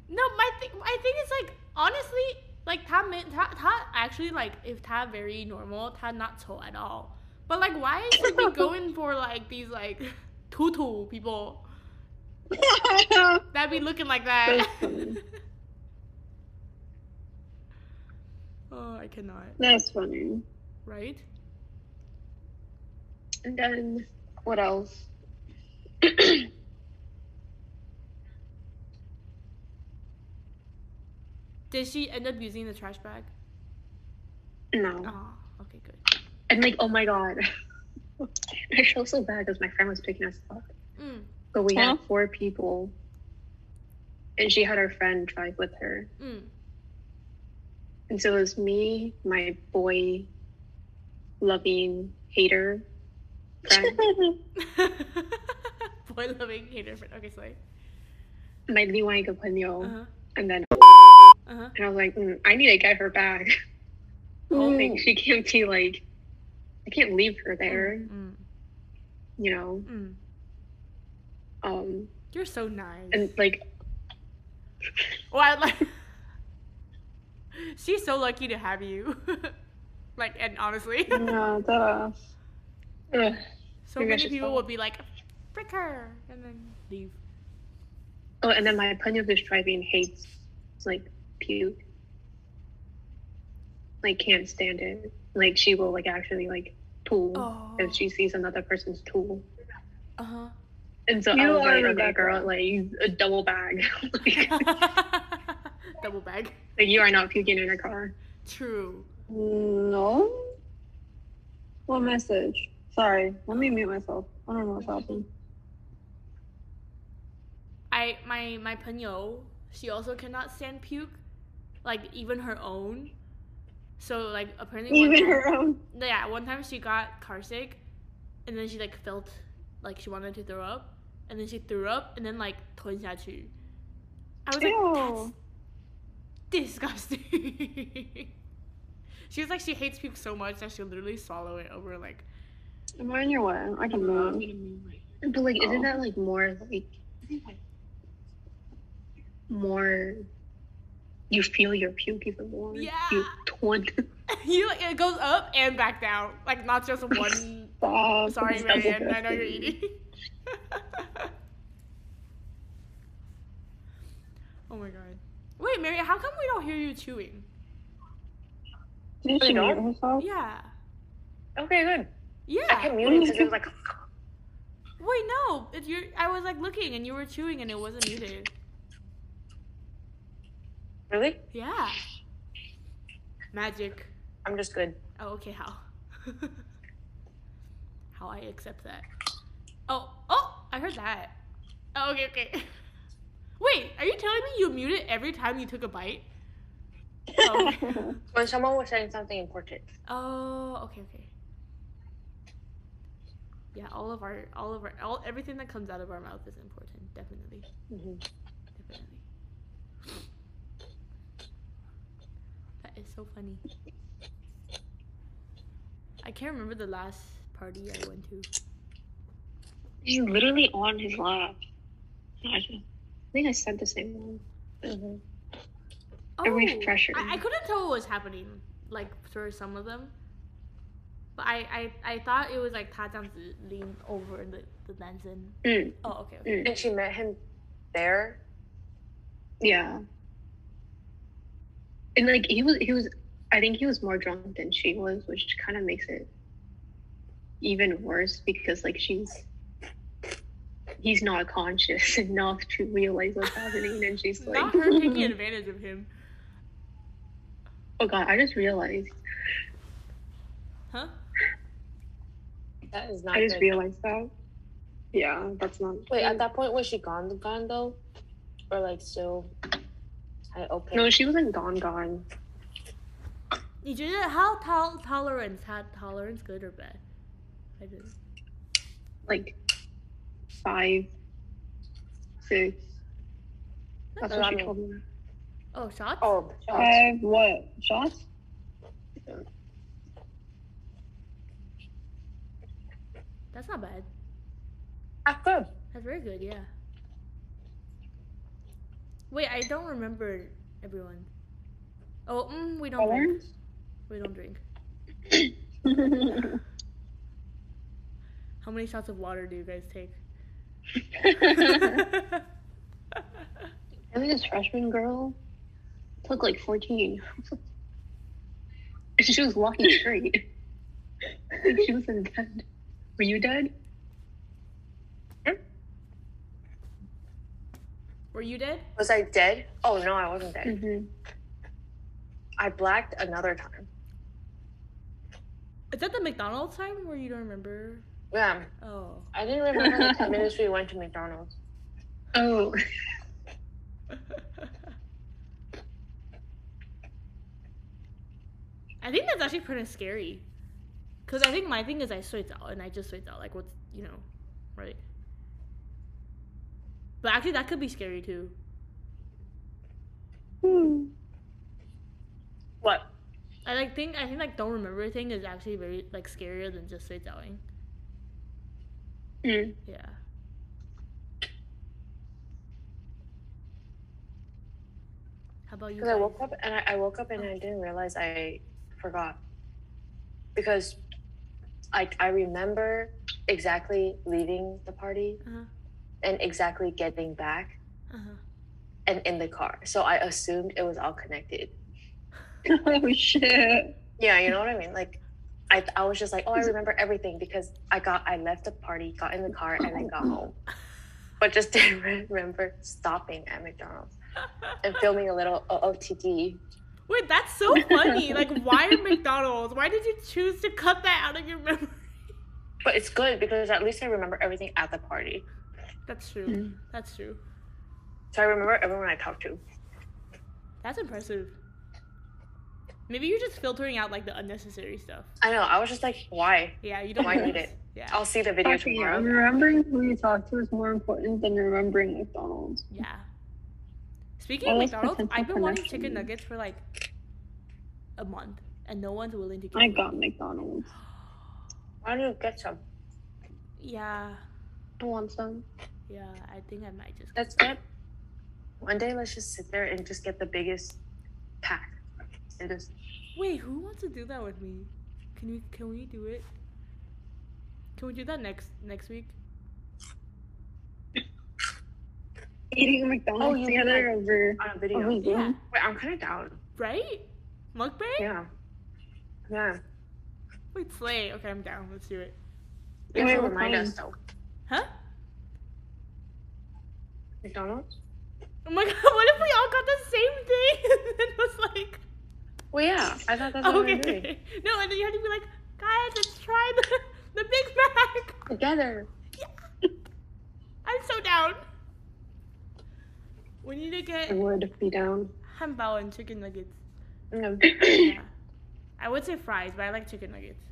No, my thing. I think it's like honestly, like 他没他他 actually like if 他 very normal, 他 not 丑 at all. But like, why should we going for like these like (laughs) tutu people that be looking like (laughs) that? oh, I cannot. That's funny. Right? and then what else? Did she end up using the trash bag? No. Oh, okay, good. And like, oh my god. (laughs) I feel so bad because my friend was picking us up. Mm, But we Huh? had four people. And she had her friend drive with her. mm. (laughs) And so it was me, my boy loving hater (laughs) friend, Boy loving hater friend. Okay, sorry. my Liwai Uh huh. and then Uh huh. and I was like, mm, I need to get her back. (laughs) Like she can't be like I can't leave her there, Mm, you know. mm. Um You're so nice. and like Well, I (laughs) like. She's so lucky to have you. (laughs) like, and honestly, (laughs) Yeah, duh. ugh, so Maybe I many should people stop. would be like, frick her, and then leave. Oh, and then my opinion of this driving hates like puke. Like can't stand it. Like she will like actually like tool Oh. if she sees another person's tool. Uh (laughs) huh. And so I You was are like, okay, Rebecca. girl, like a double bag. like, (laughs) Double bag. like, you are not puking in a car. True. No. What message? Sorry, let me mute myself. I don't know what's happening. I my my panyo, she also cannot stand puke, like even her own. So like apparently one Even time- her own. yeah, one time she got car sick, and then she like felt like she wanted to throw up, and then she threw up, and then like 吞下去. I was Ew. like, that's disgusting. (laughs) she was like, she hates puke so much that she'll literally swallow it over like. Am I in your way? I can move. But like, Oh. isn't that like more like more? You feel your puke even more. Yeah. You twin. (laughs) you like it goes up and back down, like not (laughs) just one. Stop. Sorry, It's Marianne, I know you're disgusting. eating. (laughs) oh my god. Wait, Mary, how come we don't hear you chewing? Did she Wait, mute no? herself? Yeah. Okay, good. I Yeah. kept muting because it was like, Wait, no. It, you I was like looking and you were chewing and it wasn't muted. really? Yeah. Magic. I'm just good. Oh, okay, how? (laughs) how I accept that. Oh, oh, I heard that. Oh, okay, okay. (laughs) Wait, are you telling me you mute it every time you took a bite? Oh, okay. When someone was saying something important. oh, okay, okay. Yeah, all of our, all of our, all everything that comes out of our mouth is important, definitely. Mm-hmm. Mhm. Definitely. That is so funny. I can't remember the last party I went to. He's literally on his lap. I think I said the same one. Oh, A refresher. I, I couldn't tell what was happening, like for some of them. But I, I, I thought it was like 他这样子 lean over the the dancing. Mm, Oh, okay. okay. mm, And she met him there. yeah. And like he was, he was. I think he was more drunk than she was, which kind of makes it even worse because like she's. He's not conscious (laughs) enough to realize what's happening, and she's like, Not (laughs) her taking advantage of him, (laughs) "Oh God, I just realized. (laughs) huh? That is not I just good. realized that." Yeah, that's not. Wait, at that point, was she gone, gone though? Or like still? I okay. No, she wasn't gone, gone. 你觉得 how tol tolerance had tolerance good or bad? I didn't. Like five, six. That's a what lot she of- told me. Oh, shots? Oh, Uh, shots. Five what shots? That's not bad. That's good. That's very good, yeah. Wait, I don't remember everyone. Oh, mm, we don't drink. Orange? We don't drink. (laughs) How many shots of water do you guys (laughs) take? And this freshman girl took like (laughs) 14. she was walking (laughs) straight. Like, she wasn't dead. Were you dead? Were you dead? Was I dead? Oh no, I wasn't Hmm. dead. Mm-hmm. I blacked another time. Is that the McDonald's time where you don't remember? Yeah, Oh. I didn't (laughs) remember the ten minutes we went to McDonald's. Oh, I think that's actually pretty scary. Because I think my thing is I switch out and I just switch out. Like, what's, you know, right? But actually, that could be scary too. Hmm. What? I like think I think like don't remember thing is actually very like scarier than just straight telling. Mm. Yeah. How about you? Because I guys? woke up and I, I woke up and I didn't realize I forgot. Because I I remember exactly leaving the party Uh-huh. and exactly getting back Uh-huh. and in the car. So I assumed it was all connected. (laughs) oh shit. Yeah, you know what I mean? Like I I was just like, oh I remember everything because I got I left the party, got in the car and then got (laughs) home. But just (laughs) didn't remember stopping at McDonald's and filming a little OOTD. (laughs) Wait, that's so funny. like, why McDonald's? Why did you choose to cut that out of your memory? (laughs) But it's good because at least I remember everything at the party. That's true. Mm. That's true. So I remember everyone I talked to. That's impressive. Maybe you're just filtering out like the unnecessary stuff. I know. I was just like, why? Yeah, you don't Why want need this. it? Oh. Yeah. I'll see the video Fucking yeah, tomorrow. remembering who you talked to is more important than remembering McDonald's. Yeah. Speaking All of those McDonald's, potential I've been wanting chicken connections. nuggets for like a month, and no one's willing to give I me. got McDonald's. Why don't you get some? (gasps) Yeah, I want some. yeah. I think I might just. Let's get one day. Let's just sit there and just get the biggest pack. And just Wait, who wants to do that with me? Can we? Can we do it? Can we do that next next week? Eating McDonald's Oh, you together over. on a Oh, video. wait, Yeah. yeah. Wait, I'm kind of down. Right? Mukbang? Yeah. Yeah. Wait, slay. Okay, I'm down. Let's do it. You Wait, have to what remind time? us though. Huh? McDonald's? Oh my (laughs) god! What if we all got the same thing (laughs) and then was like, Well, yeah. I thought that's what we were doing. okay, no, and then you have to be like, guys, let's try the (laughs) the Big Mac. (laughs) Together. I'm so down. We need to get I would be down. hambao and chicken nuggets. No, Yeah. I would say fries, but I like chicken nuggets.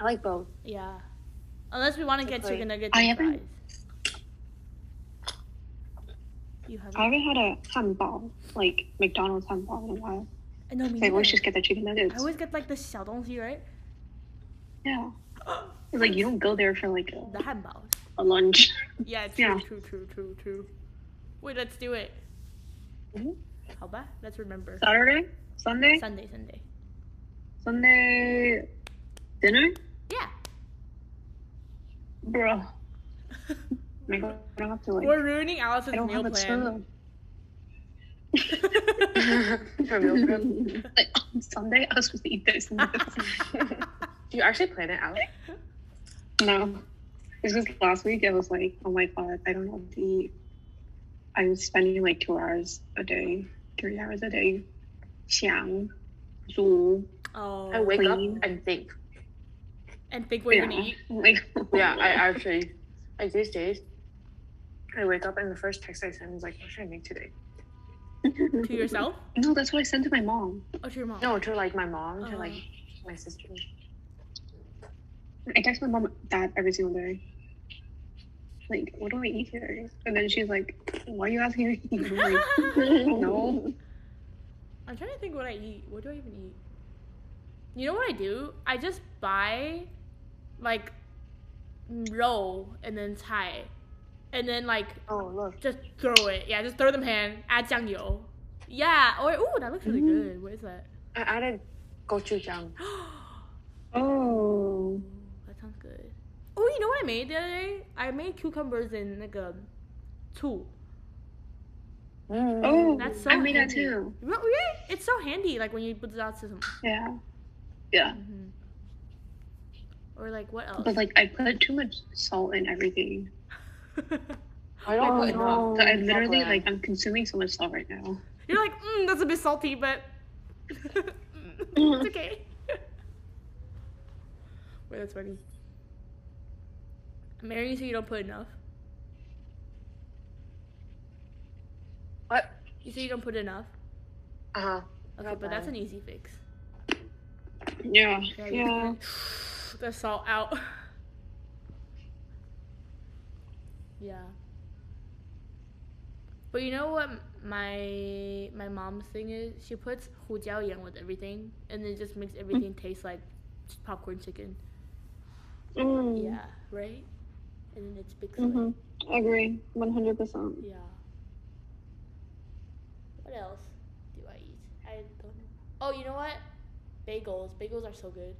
I like both. (laughs) Yeah. Unless we want to get Okay. chicken nuggets I and fries. haven't- You haven't? I haven't had a handball, like McDonald's handball in a while. I know, me Like, let's neither. just get the chicken nuggets. I always get like the 小东西, right? (gasps) Yeah. It's like you don't go there for like the a, hambao. a lunch. Yeah, true, Yeah. true, true, true, true. Wait, let's do it. Mhm. How about? Let's remember. Saturday, Sunday, Sunday, Sunday. Sunday dinner, Yeah. bro. I don't I don't have to like. We're ruining I Allison's don't meal have a plan. time. For real, for real. (laughs) like on Sunday, I was supposed to eat (laughs) this. And this. Do you actually plan it out? no, this was last week. I was like, oh my god, I don't know what to eat. I was spending like two hours a day, three hours a day, 想,煮, (laughs) oh. I wake up Clean. and think. and think we're gonna yeah. eat. (laughs) Like, (laughs) Yeah, I actually, like these days, I wake up and the first text I send is like, what should I make today? To yourself? No, that's what I sent to my mom. Or to your mom? No, to like my mom, to Oh. like my sister. I text my mom that every single day. like, what do we eat here? And then she's like, why are you asking me? (laughs) I'm like, (laughs) no. I'm trying to think what I eat. What do I even eat? You know what I do? I just buy like roll and then tie. And then like Oh, look. just throw it. Yeah, just throw them hand. Add 酱油. Yeah, or ooh, that looks really good. What is that? (gasps) I added gochujang. Oh. that sounds good. Oh, you know what I made the other day? I made cucumbers in like a two. Mm. Oh. That's so I made that handy. too. Really? It's so handy like when you put it out to some Yeah. Yeah. Mhm. Or like what else? But like, I put too much salt in everything. I Oh, don't Oh, put enough. So I literally Chocolate. like I'm consuming so much salt right now. You're like, mm, that's a bit salty, but (laughs) it's okay. (laughs) Wait, that's funny. Mary, you say you don't put enough. What? You say you don't put enough. Uh huh. Okay, Not but that's bad. an easy fix. Yeah. you (sighs) Yeah. put the salt out. yeah. But you know what my my mom's thing is? She puts yang with everything, and it just makes everything taste like just popcorn chicken. Mm. Yeah, right. And then it's big. hmm Agree. One hundred percent. Yeah. What else do I eat? I don't know. Oh, you know what? Bagels. Bagels are so good.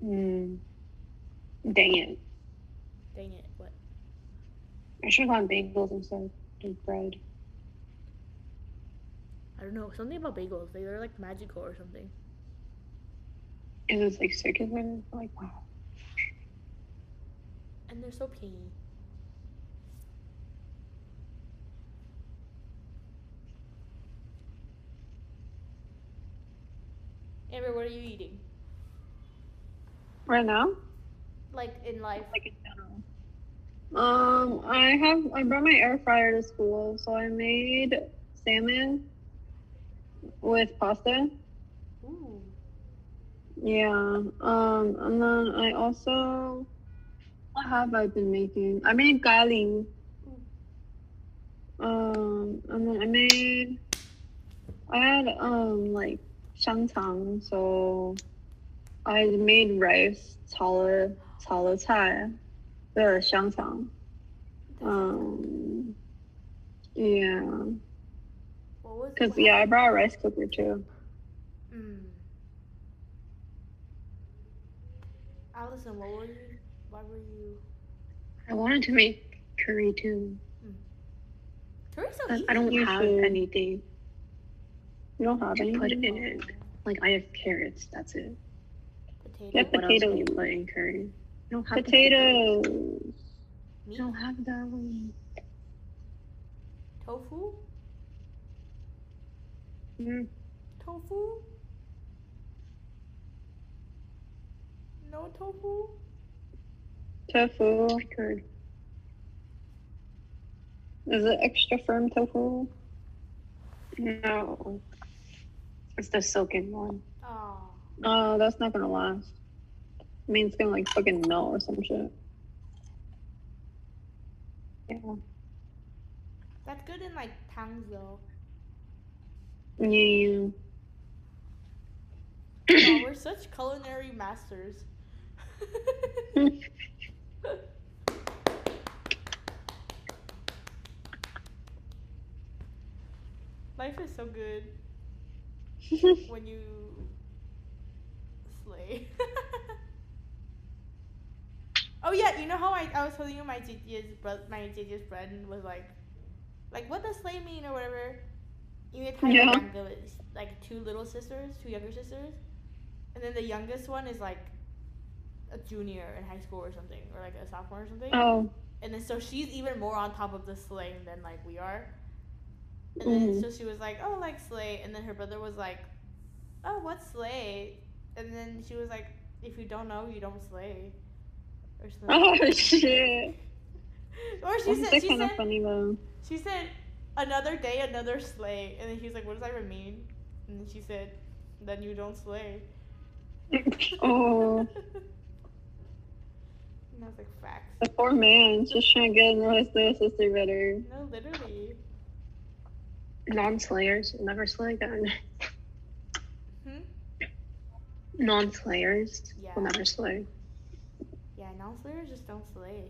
Hmm. Mm. Dang it! Dang it! What? I should have gone bagels instead of bread. I don't know. Something about bagels. They, they're like magical or something. It was like circular. Like wow. And they're so pingy. Amber, what are you eating? Right now. Like in life? Like in general. Um, I have I brought my air fryer to school, so I made salmon with pasta. Ooh. Yeah. Um, and then I also what have I been making? I made gali. Um, and then I made I had um like shantang, so I made rice, 炒了炒了菜的香肠。Um, yeah, What was cause yeah, I brought a rice cooker too. Mm. Allison, what were you? Why were you? I wanted to make curry too, Curry's so but easy. I don't You have should. anything You don't have to any. put in it. Like I have carrots. That's it. Potato. Yeah, Like what else can you potatoes. put in curry? I don't have the Potatoes. I Meat. don't have that one. Tofu. Mm. Tofu. No tofu. Tofu. Curd. Is it extra firm tofu? No. It's the silken one. Oh. Oh, that's not gonna last. I mean, it's gonna like fucking melt or some shit. Yeah. That's good in like tangs though. Yeah. Wow, we're such culinary masters. Life is so good when you slay. (laughs) oh yeah, you know how I, I was telling you my JJ's bro- my JJ's friend was like, like what does slay mean or whatever. You had kind Yeah. of like two little sisters, two younger sisters, and then the youngest one is like a junior in high school or something, or like a sophomore or something. Oh. (laughs) And then so she's even more on top of the slaying than like we are. And then Mhm. so she was like, "Oh, like slay," and then her brother was like, "Oh, what's slay?" And then she was like, "If you don't know, you don't slay," or something. Oh shit. Oh. (laughs) or she That's said, she kind of said, funny though. she said, "Another day, another slay," and then he was like, "What does that even mean?" And then she said, "Then you don't slay." Oh. And I was like, facts. The poor man just trying to get another Slayer sister better. No, literally. Non-slayers never slay again. Hmm? Non-slayers Yeah. will never slay. Yeah, non slayers just don't slay.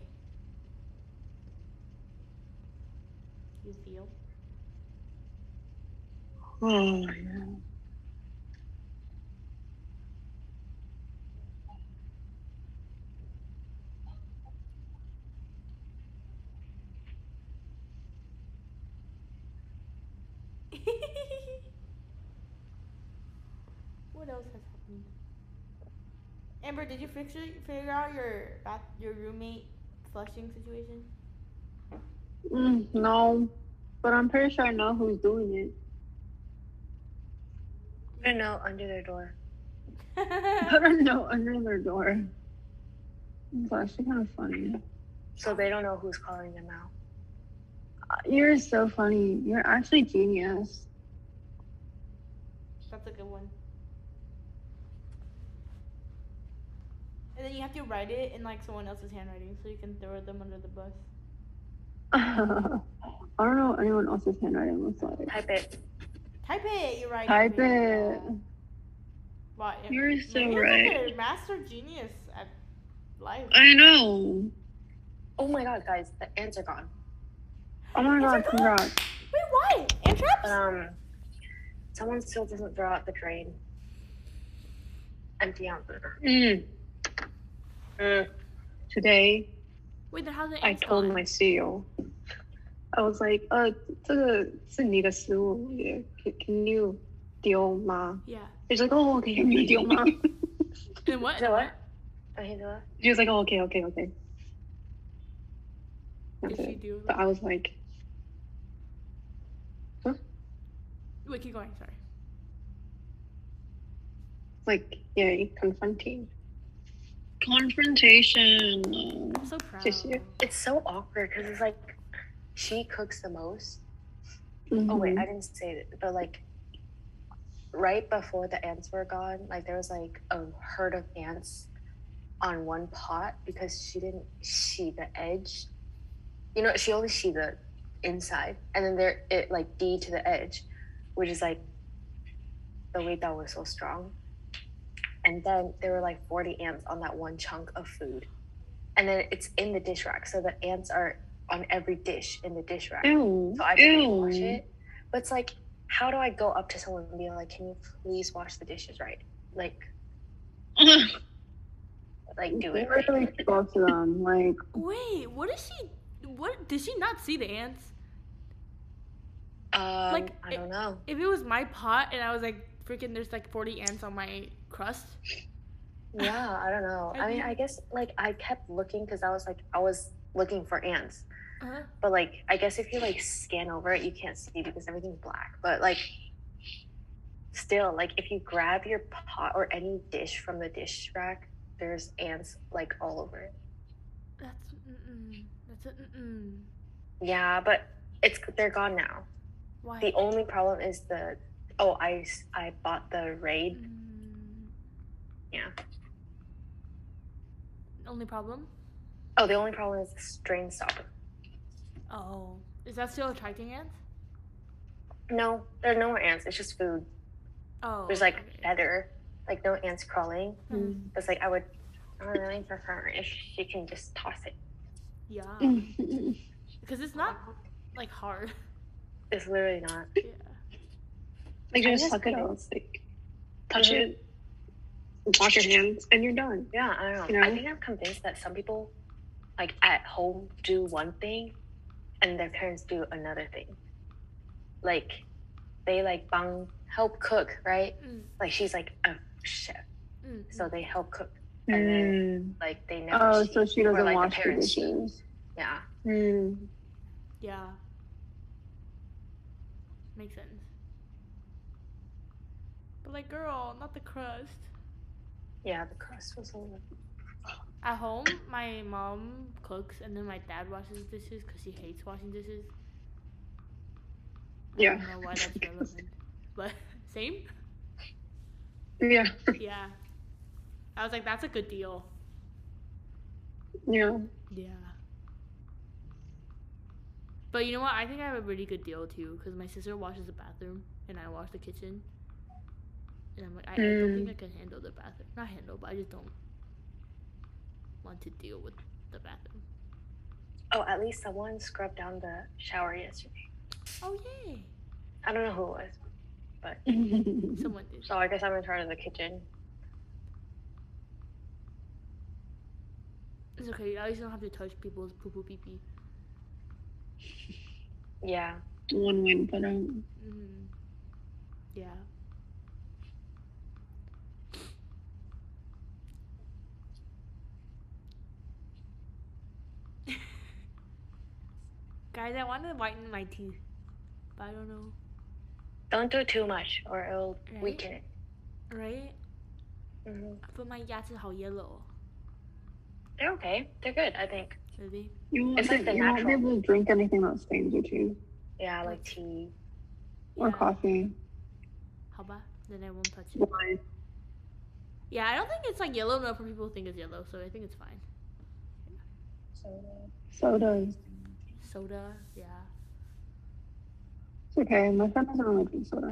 You feel? (laughs) Oh no. what else has happened? Amber, did you fix it, figure out your bath, your roommate flushing situation? (laughs) Mm, no, but I'm pretty sure I know who's doing it. (laughs) I know, under their door. I don't know under their door. It's actually kind of funny. So they don't know who's calling them out. Uh, You're so funny. You're actually genius. (laughs) That's a good one. And then you have to write it in like someone else's handwriting so you can throw them under the bus. I don't know what anyone else's handwriting looks like. Type it. Type it, you're right. Type Amber. it. Wow, Am- You're so Amanda's right. a master genius at life. I know. Oh my god, guys, the ants are gone. Oh my god, congrats. Wait, why? And traps? Uh, Um, someone still doesn't throw out the drain. Empty out. Mm. Mm. Today Wait, then how's the I ants told gone? my CEO. I was like, uh, 这个是你的食物, can, can you deal ma? Yeah. He's like, oh okay. Can you deal ma? And what? You know what? Oh, you know what? He was like, oh okay, okay, okay. Did she Okay. do? But I was like, Wait, keep going. Sorry. like, yeah, confronting. Confrontation. Mm-hmm. I'm so proud. Just you. It's so awkward because it's like she cooks the most. Oh wait, Mhm. I didn't say it, but like right before the ants were gone, like there was like a herd of ants on one pot because she didn't she the edge. You know, she only she the inside, and then there it like D to the edge, which is like the weight that was so strong. And then there were like 40 ants on that one chunk of food. And then it's in the dish rack. So the ants are on every dish in the dish (laughs) rack. Ew. So I didn't wash Ew. it. But it's like, how do I go up to someone and be like, can you please wash the dishes right? Like, like do They it were right. really close to (laughs) them. Like, Wait, what is she? What did she not see the ants? Um, Like, I don't know. If it was my pot and I was like, freaking, there's like 40 ants on my crust. Yeah, I don't know. I I mean, think- I guess like I kept looking because I was like, I was looking for ants. Uh-huh. But like, I guess if you like scan over it, you can't see because everything's black. But like, still, like if you grab your pot or any dish from the dish rack, there's ants like all over it. That's mm-mm. That's a mm-mm. Yeah, but it's they're gone now. Why? The only problem is the oh I s- I bought the raid. Mm. Yeah. Only problem? Oh, the only problem is the strain stopper. Oh. Is that still attracting ants? No, there are no more ants. It's just food. Oh. There's like okay. better, like no ants crawling. Mm. It's like I would I would really prefer if she can just toss it. Mm. Yeah. Because it's not like (laughs) hard. It's literally not. yeah. Like, I just just suck it think- up. Like, touch Mhm. it, wash your hands, and you're done. Yeah, I don't know. You know? I think I'm convinced that some people, like at home, do one thing, and their parents do another thing. Like, they like bang help cook, right? Mm, Like she's like a chef, mm, mm. so they help cook. And then Mm. like they never. oh, cheat. so she Or, doesn't like, the wash the parents cheat. dishes. Yeah, Mm. Yeah. Makes sense. But like, girl, not the crust. yeah. The crust was a little. At home, my mom cooks and then my dad washes dishes because she hates washing dishes. I Yeah. don't know why that's (laughs) relevant. But (laughs) same? Yeah. Yeah. I was like, that's a good deal. Yeah. Yeah. But you know what? I think I have a really good deal too, because my sister washes the bathroom and I wash the kitchen. And I'm like, I, I don't Mm. think I can handle the bathroom. Not handle, but I just don't want to deal with the bathroom. Oh, at least someone scrubbed down the shower yesterday. Oh yay! I don't know who it was, but (laughs) Someone did. so I guess I'm in charge of the kitchen. It's okay. At least you don't have to touch people's poo poo pee pee. Yeah. One win, but um, Mhm. Yeah. (laughs) Guys, I want to whiten my teeth, but I don't know. Don't do too much or it'll Right. weaken it. Right? hmm But my 牙齿好 yellow. They're okay. They're good, I think. Really? you won't, It's like the you won't be natural. able to drink anything that stains your teeth Yeah, like tea. or Yeah. coffee. 好吧, then I won't touch it. Wine. Yeah, I don't think it's like yellow enough for people to think it's yellow, so I think it's fine. uh, So, Sodas. Soda, yeah. It's okay. My friend doesn't really drink soda.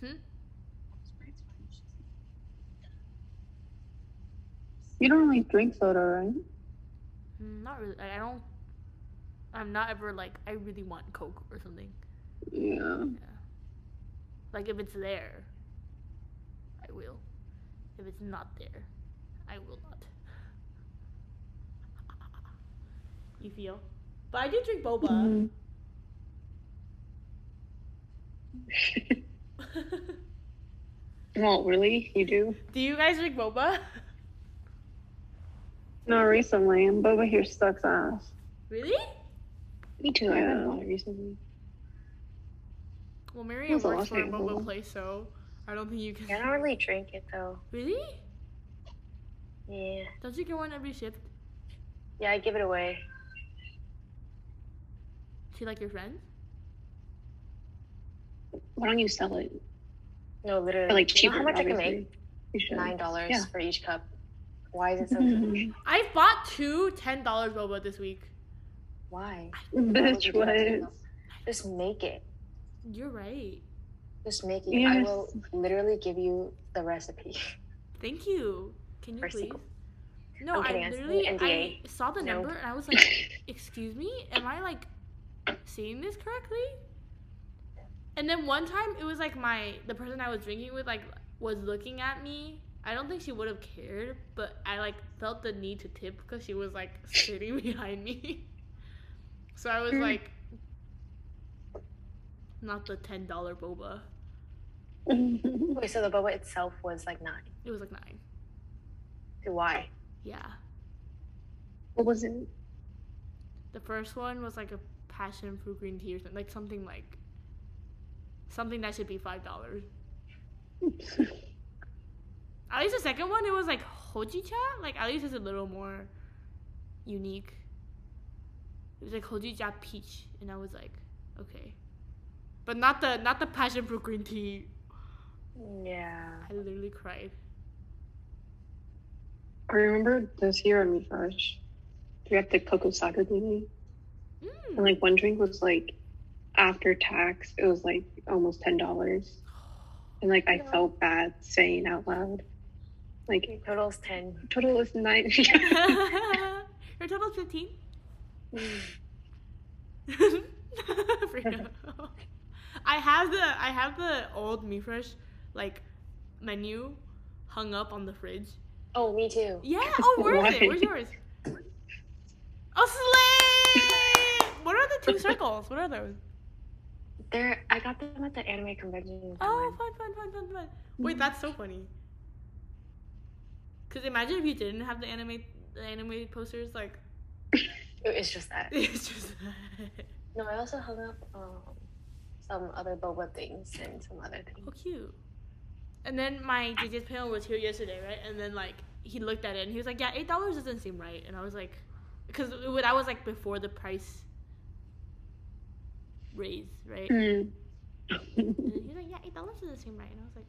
Hmm? You don't really drink soda, right? Mm, Not really. Like, I don't. I'm not ever like I really want Coke or something. Yeah. Mm-hmm. Like if it's there, I will. If it's not there, I will not. (laughs) You feel? But I do drink boba. (laughs) Mhm. Well, really? You do? do you guys drink boba? (laughs) Not recently, and Boba here sucks ass. Really? Me too. I haven't Yeah. bought it recently. Well, Miriam That's a works for lot a of boba boba. place, so I don't think you can. yeah, I don't really drink it though. Really? Yeah. Don't you get one every shift? Yeah, I give it away. To like your friends? Why don't you sell it? No, literally. Or, like you know cheaper. how much I can obviously. make? You should. Nine dollars Yeah. Mm-hmm. for each cup. Why is it so cheap? I bought two $10 boba this week. Why? (laughs) Bitch, what? Just make it. You're right. Just make it. I Yes. will literally give you the recipe. (laughs) Thank you. Can you Or please? sequel. No, I'm kidding, I it's an literally I NDA. saw the No. number and I was like, (laughs) "Excuse me, am I like seeing this correctly?" And then one time it was like my the person I was drinking with like was looking at me. I don't think she would have cared, but I like felt the need to tip because she was like (laughs) sitting behind me. so I was Hmm. Mm. like, not the ten dollar boba. Wait, so the boba itself was like nine. It was like nine. Why? Yeah. What was it? The first one was like a passion fruit green tea or something like something like something that should be five dollars. At least the second one it was like hojicha, like at least it's a little more unique. It was like hojicha peach, and I was like, okay, but not the not the passion fruit green tea. Yeah. I literally cried. I remember this year in Refresh, we had the Coco Soccer meeting, and Mm. like one drink was like after tax, it was like almost ten dollars, and like I felt bad saying out loud, like Total's ten. total is nine. (laughs) (laughs) Your total's fifteen. (laughs) Fredo. I have the I have the old me fresh like menu hung up on the fridge. Oh, me too. Yeah. Oh, where is it? Why? Where's yours? Oh, slay! What are the two circles? What are those? There, I got them at the anime convention. in Oh, Taiwan. fun, fun, fun, fun, fun. Wait, that's so funny. Cause imagine if you didn't have the anime the anime posters like (laughs) It- it's just that. it's just No, I also hung up um, some other boba things and some other things. Oh, cute. And then my JJ's panel was here yesterday, right? And then like he looked at it and he was like, "Yeah, eight dollars doesn't seem right." And I was like, "Cause it, wa- that was like before the price raise, right?" And Mm. then he was like, "Yeah, eight dollars doesn't seem right." And I was like,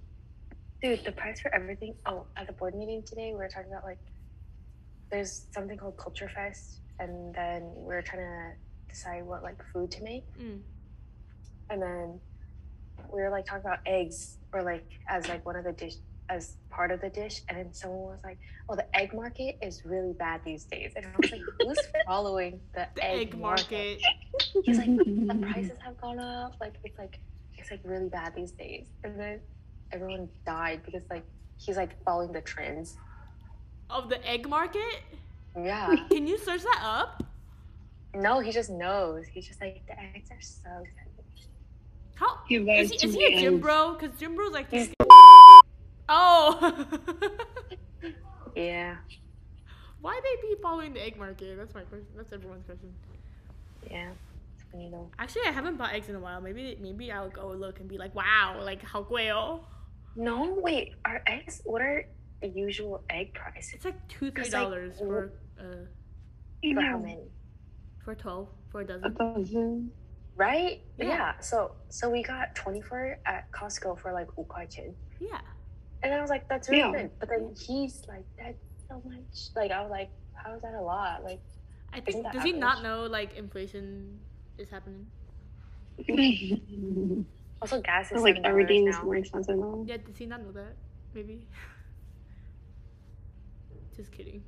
Dude, the price for everything. Oh, at the board meeting today, we were talking about like there's something called Culture Fest, and then we are trying to decide what like food to make, Mm. and then we were like talking about eggs or like as like one of the dish as part of the dish, and then someone was like, "Oh, the egg market is really bad these days," and I was like, (laughs) "Who's following the, The egg market. He's like, (laughs) the Hmm. prices have gone up. Like it's like it's like really bad these days. And then everyone died because like he's like following the trends. Of the egg market? Yeah. Can you search that up? no, he just knows. He's just like the eggs are so expensive. How He is buys he, too is he a many gym eggs. bro? Because gym bro's like this. Oh, (laughs) Yeah. why they be following the egg market? That's my question. That's everyone's question. Yeah. It's when you know. Actually, I haven't bought eggs in a while. Maybe maybe I'll go look and be like, wow, like how quail. No, wait. Are eggs? What are the usual egg prices? It's like two three Cause, like, dollars for uh For how many? for twelve for a A dozen. dozen. Right? Yeah. Yeah. So so we got twenty four at Costco for like 5 Yeah, And I was like, that's really Yeah. good. But then he's like, that's so much. Like I was like, how is that a lot? Like I think. that Does he not average? know like inflation is happening? also gas is like $7 everything is now. more expensive now. Yeah, does he not know that? Maybe. (laughs) Just kidding.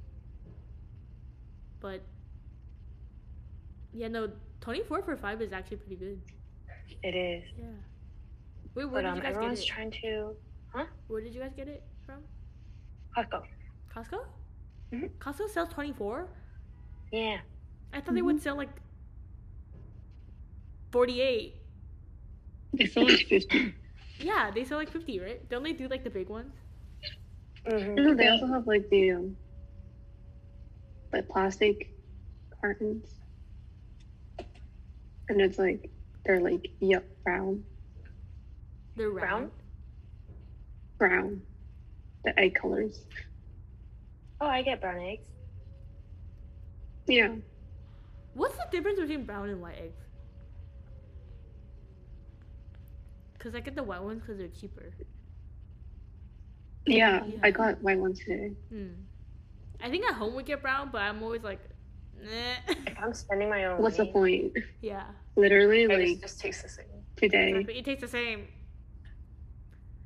But yeah, no, twenty four for five is actually pretty good. It is. Yeah. Wait, where But did um, you guys get everyone's it? trying to where did you guys get it from? Costco. Costco. Mm-hmm. Mhm. Costco sells twenty four. Yeah. I thought they Mm-hmm. would sell like forty eight. It's only fifty. Yeah, they sell like fifty, right? Don't they do like the big ones? Mm-hmm. No, they also have like the um, like plastic cartons, and it's like they're like yep brown, They're round. Brown? brown, the egg colors. Oh, I get brown eggs. Yeah, What's the difference between brown and white eggs? Cause I get the white ones because they're cheaper. yeah. Yeah. I got white ones today. Hmm. I think at home we get brown, but I'm always like, nah. (laughs) If I'm spending my own What's the money, point? yeah. Literally, I just, like just taste the same. today. But it tastes the same.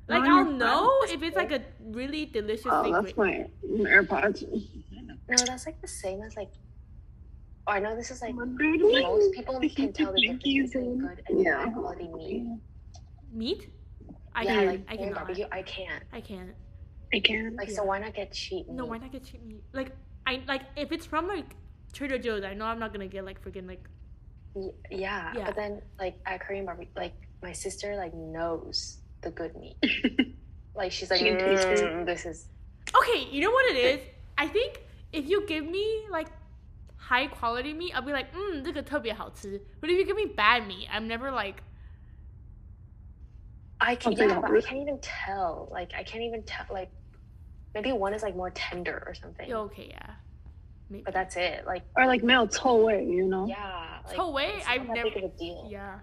Brown Like or I'll brown? know if it's like a really delicious Oh, thing. with- that's my my AirPods. No, that's like the same as like. Oh, I know this is like Wondered when most people the can tell the heated difference blinkies between and- good and Yeah. bad quality meat. Meat? I yeah, can't. like I during cannot. barbecue, I can't. I can't. I can't. Like, Yeah. so why not get cheap? No, meat? why not get cheap meat? Like I like if it's from like Trader Joe's, I know I'm not gonna get like freaking like Y- Yeah, Yeah. but then like at Korean barbecue, like my sister like knows the good (laughs) meat. like she's like, She can taste it. "Mm, this is Okay, you know what it is? I think if you give me like high quality meat, I'll be like, mm, 这个特别好吃. But if you give me bad meat, I'm never like, I can Something yeah, but I else. can't even tell. Like I can't even tell. Like maybe one is like more tender or something. "Yo, okay, yeah. Maybe. But that's it. Like Or like melts whole way, you know? yeah. Like, So wait, it's I've not that never- big of a deal. yeah.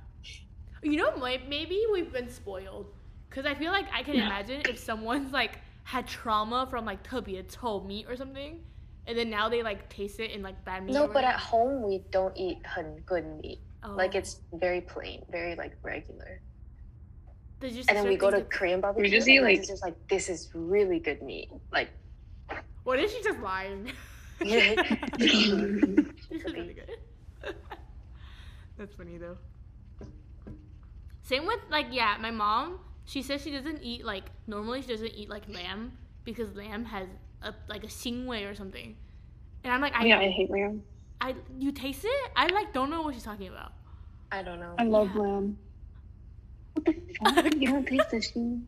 You know, may- maybe we've been spoiled. Because I feel like I can imagine if someone's like had trauma from like 特别臭 meat or something, and then now they like taste it in like bad meat. No, or but at whatever. home we don't eat hun good meat. Oh. Like it's very plain, very like regular. Does your And then sister we go to think it- Korean barbecue. just eat, and my like- sister's like this is really good meat. (laughs) Like What is she just lying? (laughs) This is Okay. really good. (laughs) That's funny though. Same with like yeah, my mom. She says she doesn't eat like normally she doesn't eat like lamb because lamb has a like a xingwei or something. And I'm like I yeah, I hate (laughs) lamb. I you taste it? I like don't know what she's talking about. (laughs) I don't know. (laughs) I love Yeah. lamb. What the fuck? you don't taste the sheen?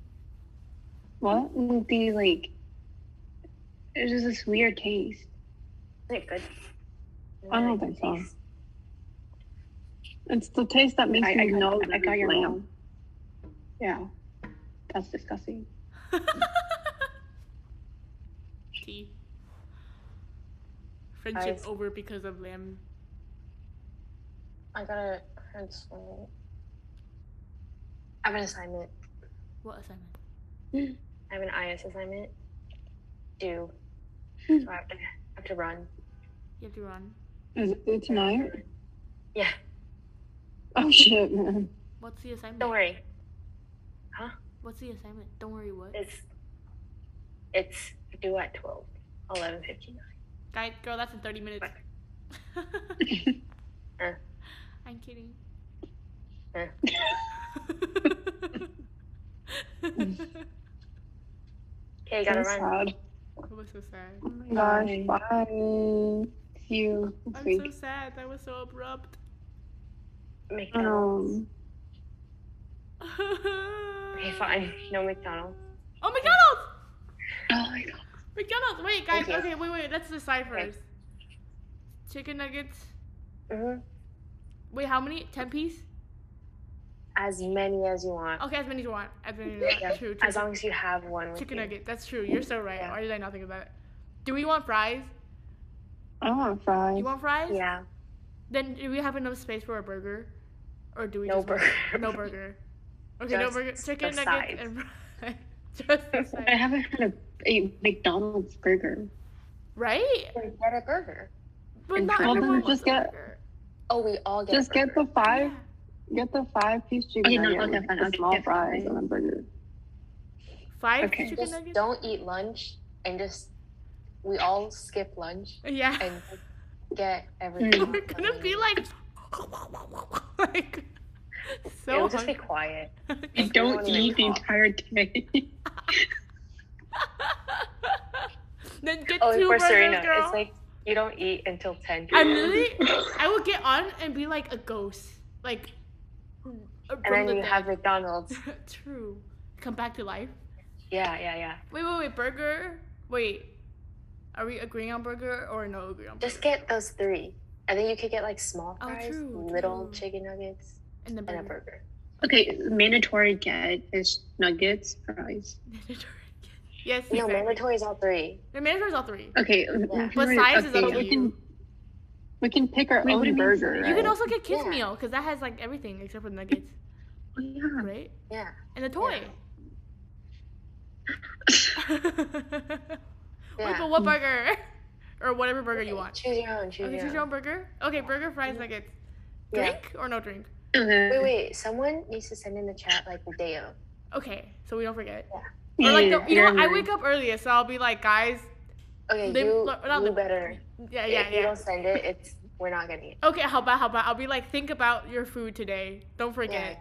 What? Like, The like, it's just this weird taste. Isn't it good? I don't think so. It's the taste that makes I- you I got- know I that got it's your lamb. Yeah, that's disgusting. Tea. Friendship Guys. over because of lamb. I got a pencil. I have an assignment. What assignment? Hmm. I have an IS assignment due. So I have to have to run. You have to run. Is it due tonight? Yeah. Oh shit, man. What's the assignment? Don't worry. What's the assignment? Don't worry. What? It's it's due at 12, 11.59. Guy, girl, that's in thirty minutes. (laughs) Uh. I'm kidding. (laughs) (laughs) Uh. Okay, gotta I'm run. sad. I was so sad. Oh my gosh, Bye. bye. See you this I'm so week. sad. That was so abrupt. McDonald's. Um, Okay, fine. No McDonald's. Oh, McDonald's! Oh my god. McDonald's! Wait, guys. Okay. Okay, wait, wait. Let's decide Okay. first. Chicken nuggets. mm-hmm. hmm Wait, how many? Ten piece? As many as you want. Okay, as many as you want. As many as you want. Yeah, True, true. As long as you have one. With Chicken you. nugget. That's true. You're so right. Yeah. Why did I not think about it? Do we want fries? I want fries. You want fries? Yeah. Then do we have enough space for a burger? Or do we No just want- burger. No burger. Okay, no Just burger. Chicken the nuggets sides. and fries. (laughs) Just the I (laughs) sides. haven't had a, a McDonald's burger. Right? Or get a burger. But And not fries. everyone Just wants a get- burger. Oh, we all get Just a get burger. the five. Yeah. Get the five piece chicken Okay, no, nugget okay, with fine, the I'll get small the fries five. and a burger. Five Okay. chicken Just nuggets? don't eat lunch and just we all skip lunch Yeah. and get everything. (laughs) Mm. (laughs) We're gonna be like (laughs) like so It'll just be hungry. (laughs) quiet. You Like, we don't won't even eat the talk. entire day. (laughs) then get Oh, two for burgers, Serena, girl. it's like you don't eat until 10 I'm p.m. literally, I would get on and be like a ghost, like from and then the you dead. have McDonald's. (laughs) True, come back to life. Yeah, yeah, yeah. Wait, wait, wait, burger. Wait, are we agreeing on burger or no agree on burger? Just get those three. And then you could get like small Oh, fries, true, Mm-hmm. little true. chicken nuggets, and the and (laughs) a burger. burger. okay, mandatory get is nuggets, fries. Mandatory. yes. No, exactly. mandatory is all three. The mandatory is all three. Okay, But size is up But to we you. can we can pick our Wait, what do you mean own burger. fries? You can right? also get kids Yeah. meal because that has like everything except for the (laughs) nuggets, (laughs) Oh, (laughs) yeah. right? Yeah. And the toy. Wait, (laughs) Yeah. but what burger? or whatever burger you want. Choose your own. Choose, Okay, your, choose own. your own burger. Okay, burger, fries, nuggets. Yeah. Drink or no drink? Okay. (laughs) Wait, wait. Someone needs to send in the chat like the day of. Okay, so we don't forget. Yeah, Or like, the, you know, never what, I mind. wake up earliest, so I'll be like, guys, Okay, Lim- you, lo- not you lim- better. yeah, (laughs) yeah, if you yeah. don't send it, it's we're not gonna eat. Okay, how about how about I'll be like, think about your food today. Don't forget.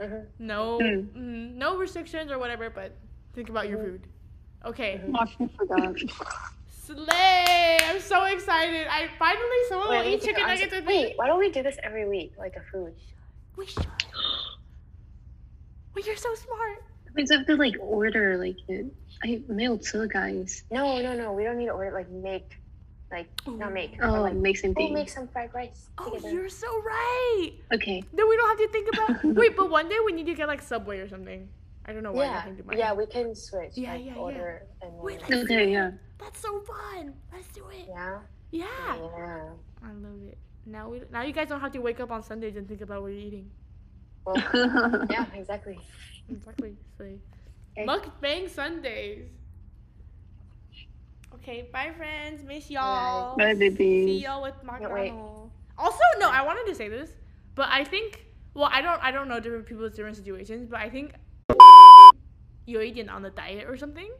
Yeah. Mhm. No, Mm. mm, no restrictions or whatever, but think about your Mhm. food. Okay, Mhm. Oh, I (laughs) forgot. slay! I'm so excited. I finally someone Wait, will we eat do- Oh, chicken I'm nuggets so- with wait, me. why don't we do this every week, like a food? We should. (gasps) Wait, you're so smart. We just have to like order like it. I mailed to the guys. No, no, no. We don't need to order like make, like Ooh. not make. but, Oh, like, make something. we'll make some fried rice Oh, together. you're so right. okay. Then we don't have to think about. Wait, but one day we need to get like Subway or something. I don't know why I yeah, think about yeah. We can switch. Yeah, like, yeah, yeah. order and then- Wait, like- Okay, yeah. That's so fun. Let's do it. yeah, Yeah. yeah. I love it. Now we now you guys don't have to wake up on Sundays and think about what you're eating. Well, (laughs) (laughs) yeah, exactly. Exactly. So Okay. mukbang Sundays. Okay, bye friends. Miss y'all. Bye, See babies. y'all with wait. McDonald's. Also, no, I wanted to say this, but I think well, I don't I don't know different people's different situations, but I think you're eating on the diet or something,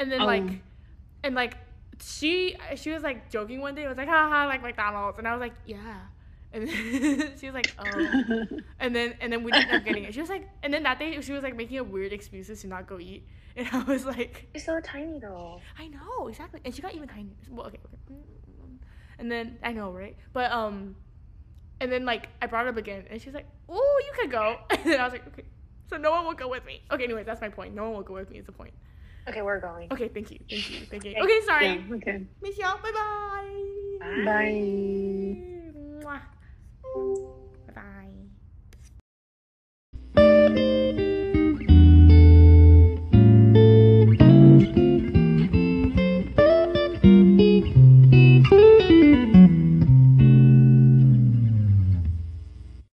and then like, Um. and like she she was like joking one day, was like haha like McDonald's, and I was like yeah, and (laughs) then she was like oh, and then and then we didn't end up getting it. She was like, and then that day she was like making up weird excuses to not go eat, (laughs) and I was like. You're so tiny though. I know exactly, and she got even tinier. Well, okay, okay. And then I know, right? But um, and then like I brought it up again, and she's like, "Oh, you could go," (laughs) and then I was like, "Okay." So no one will go with me. Okay, anyways, that's my point. No one will go with me. Is the point? Okay, we're going. Okay, thank you, thank you, thank you. Thank- Okay, sorry, (laughs) yeah. Okay. miss y'all. Bye bye. Bye. Bye. Mwah.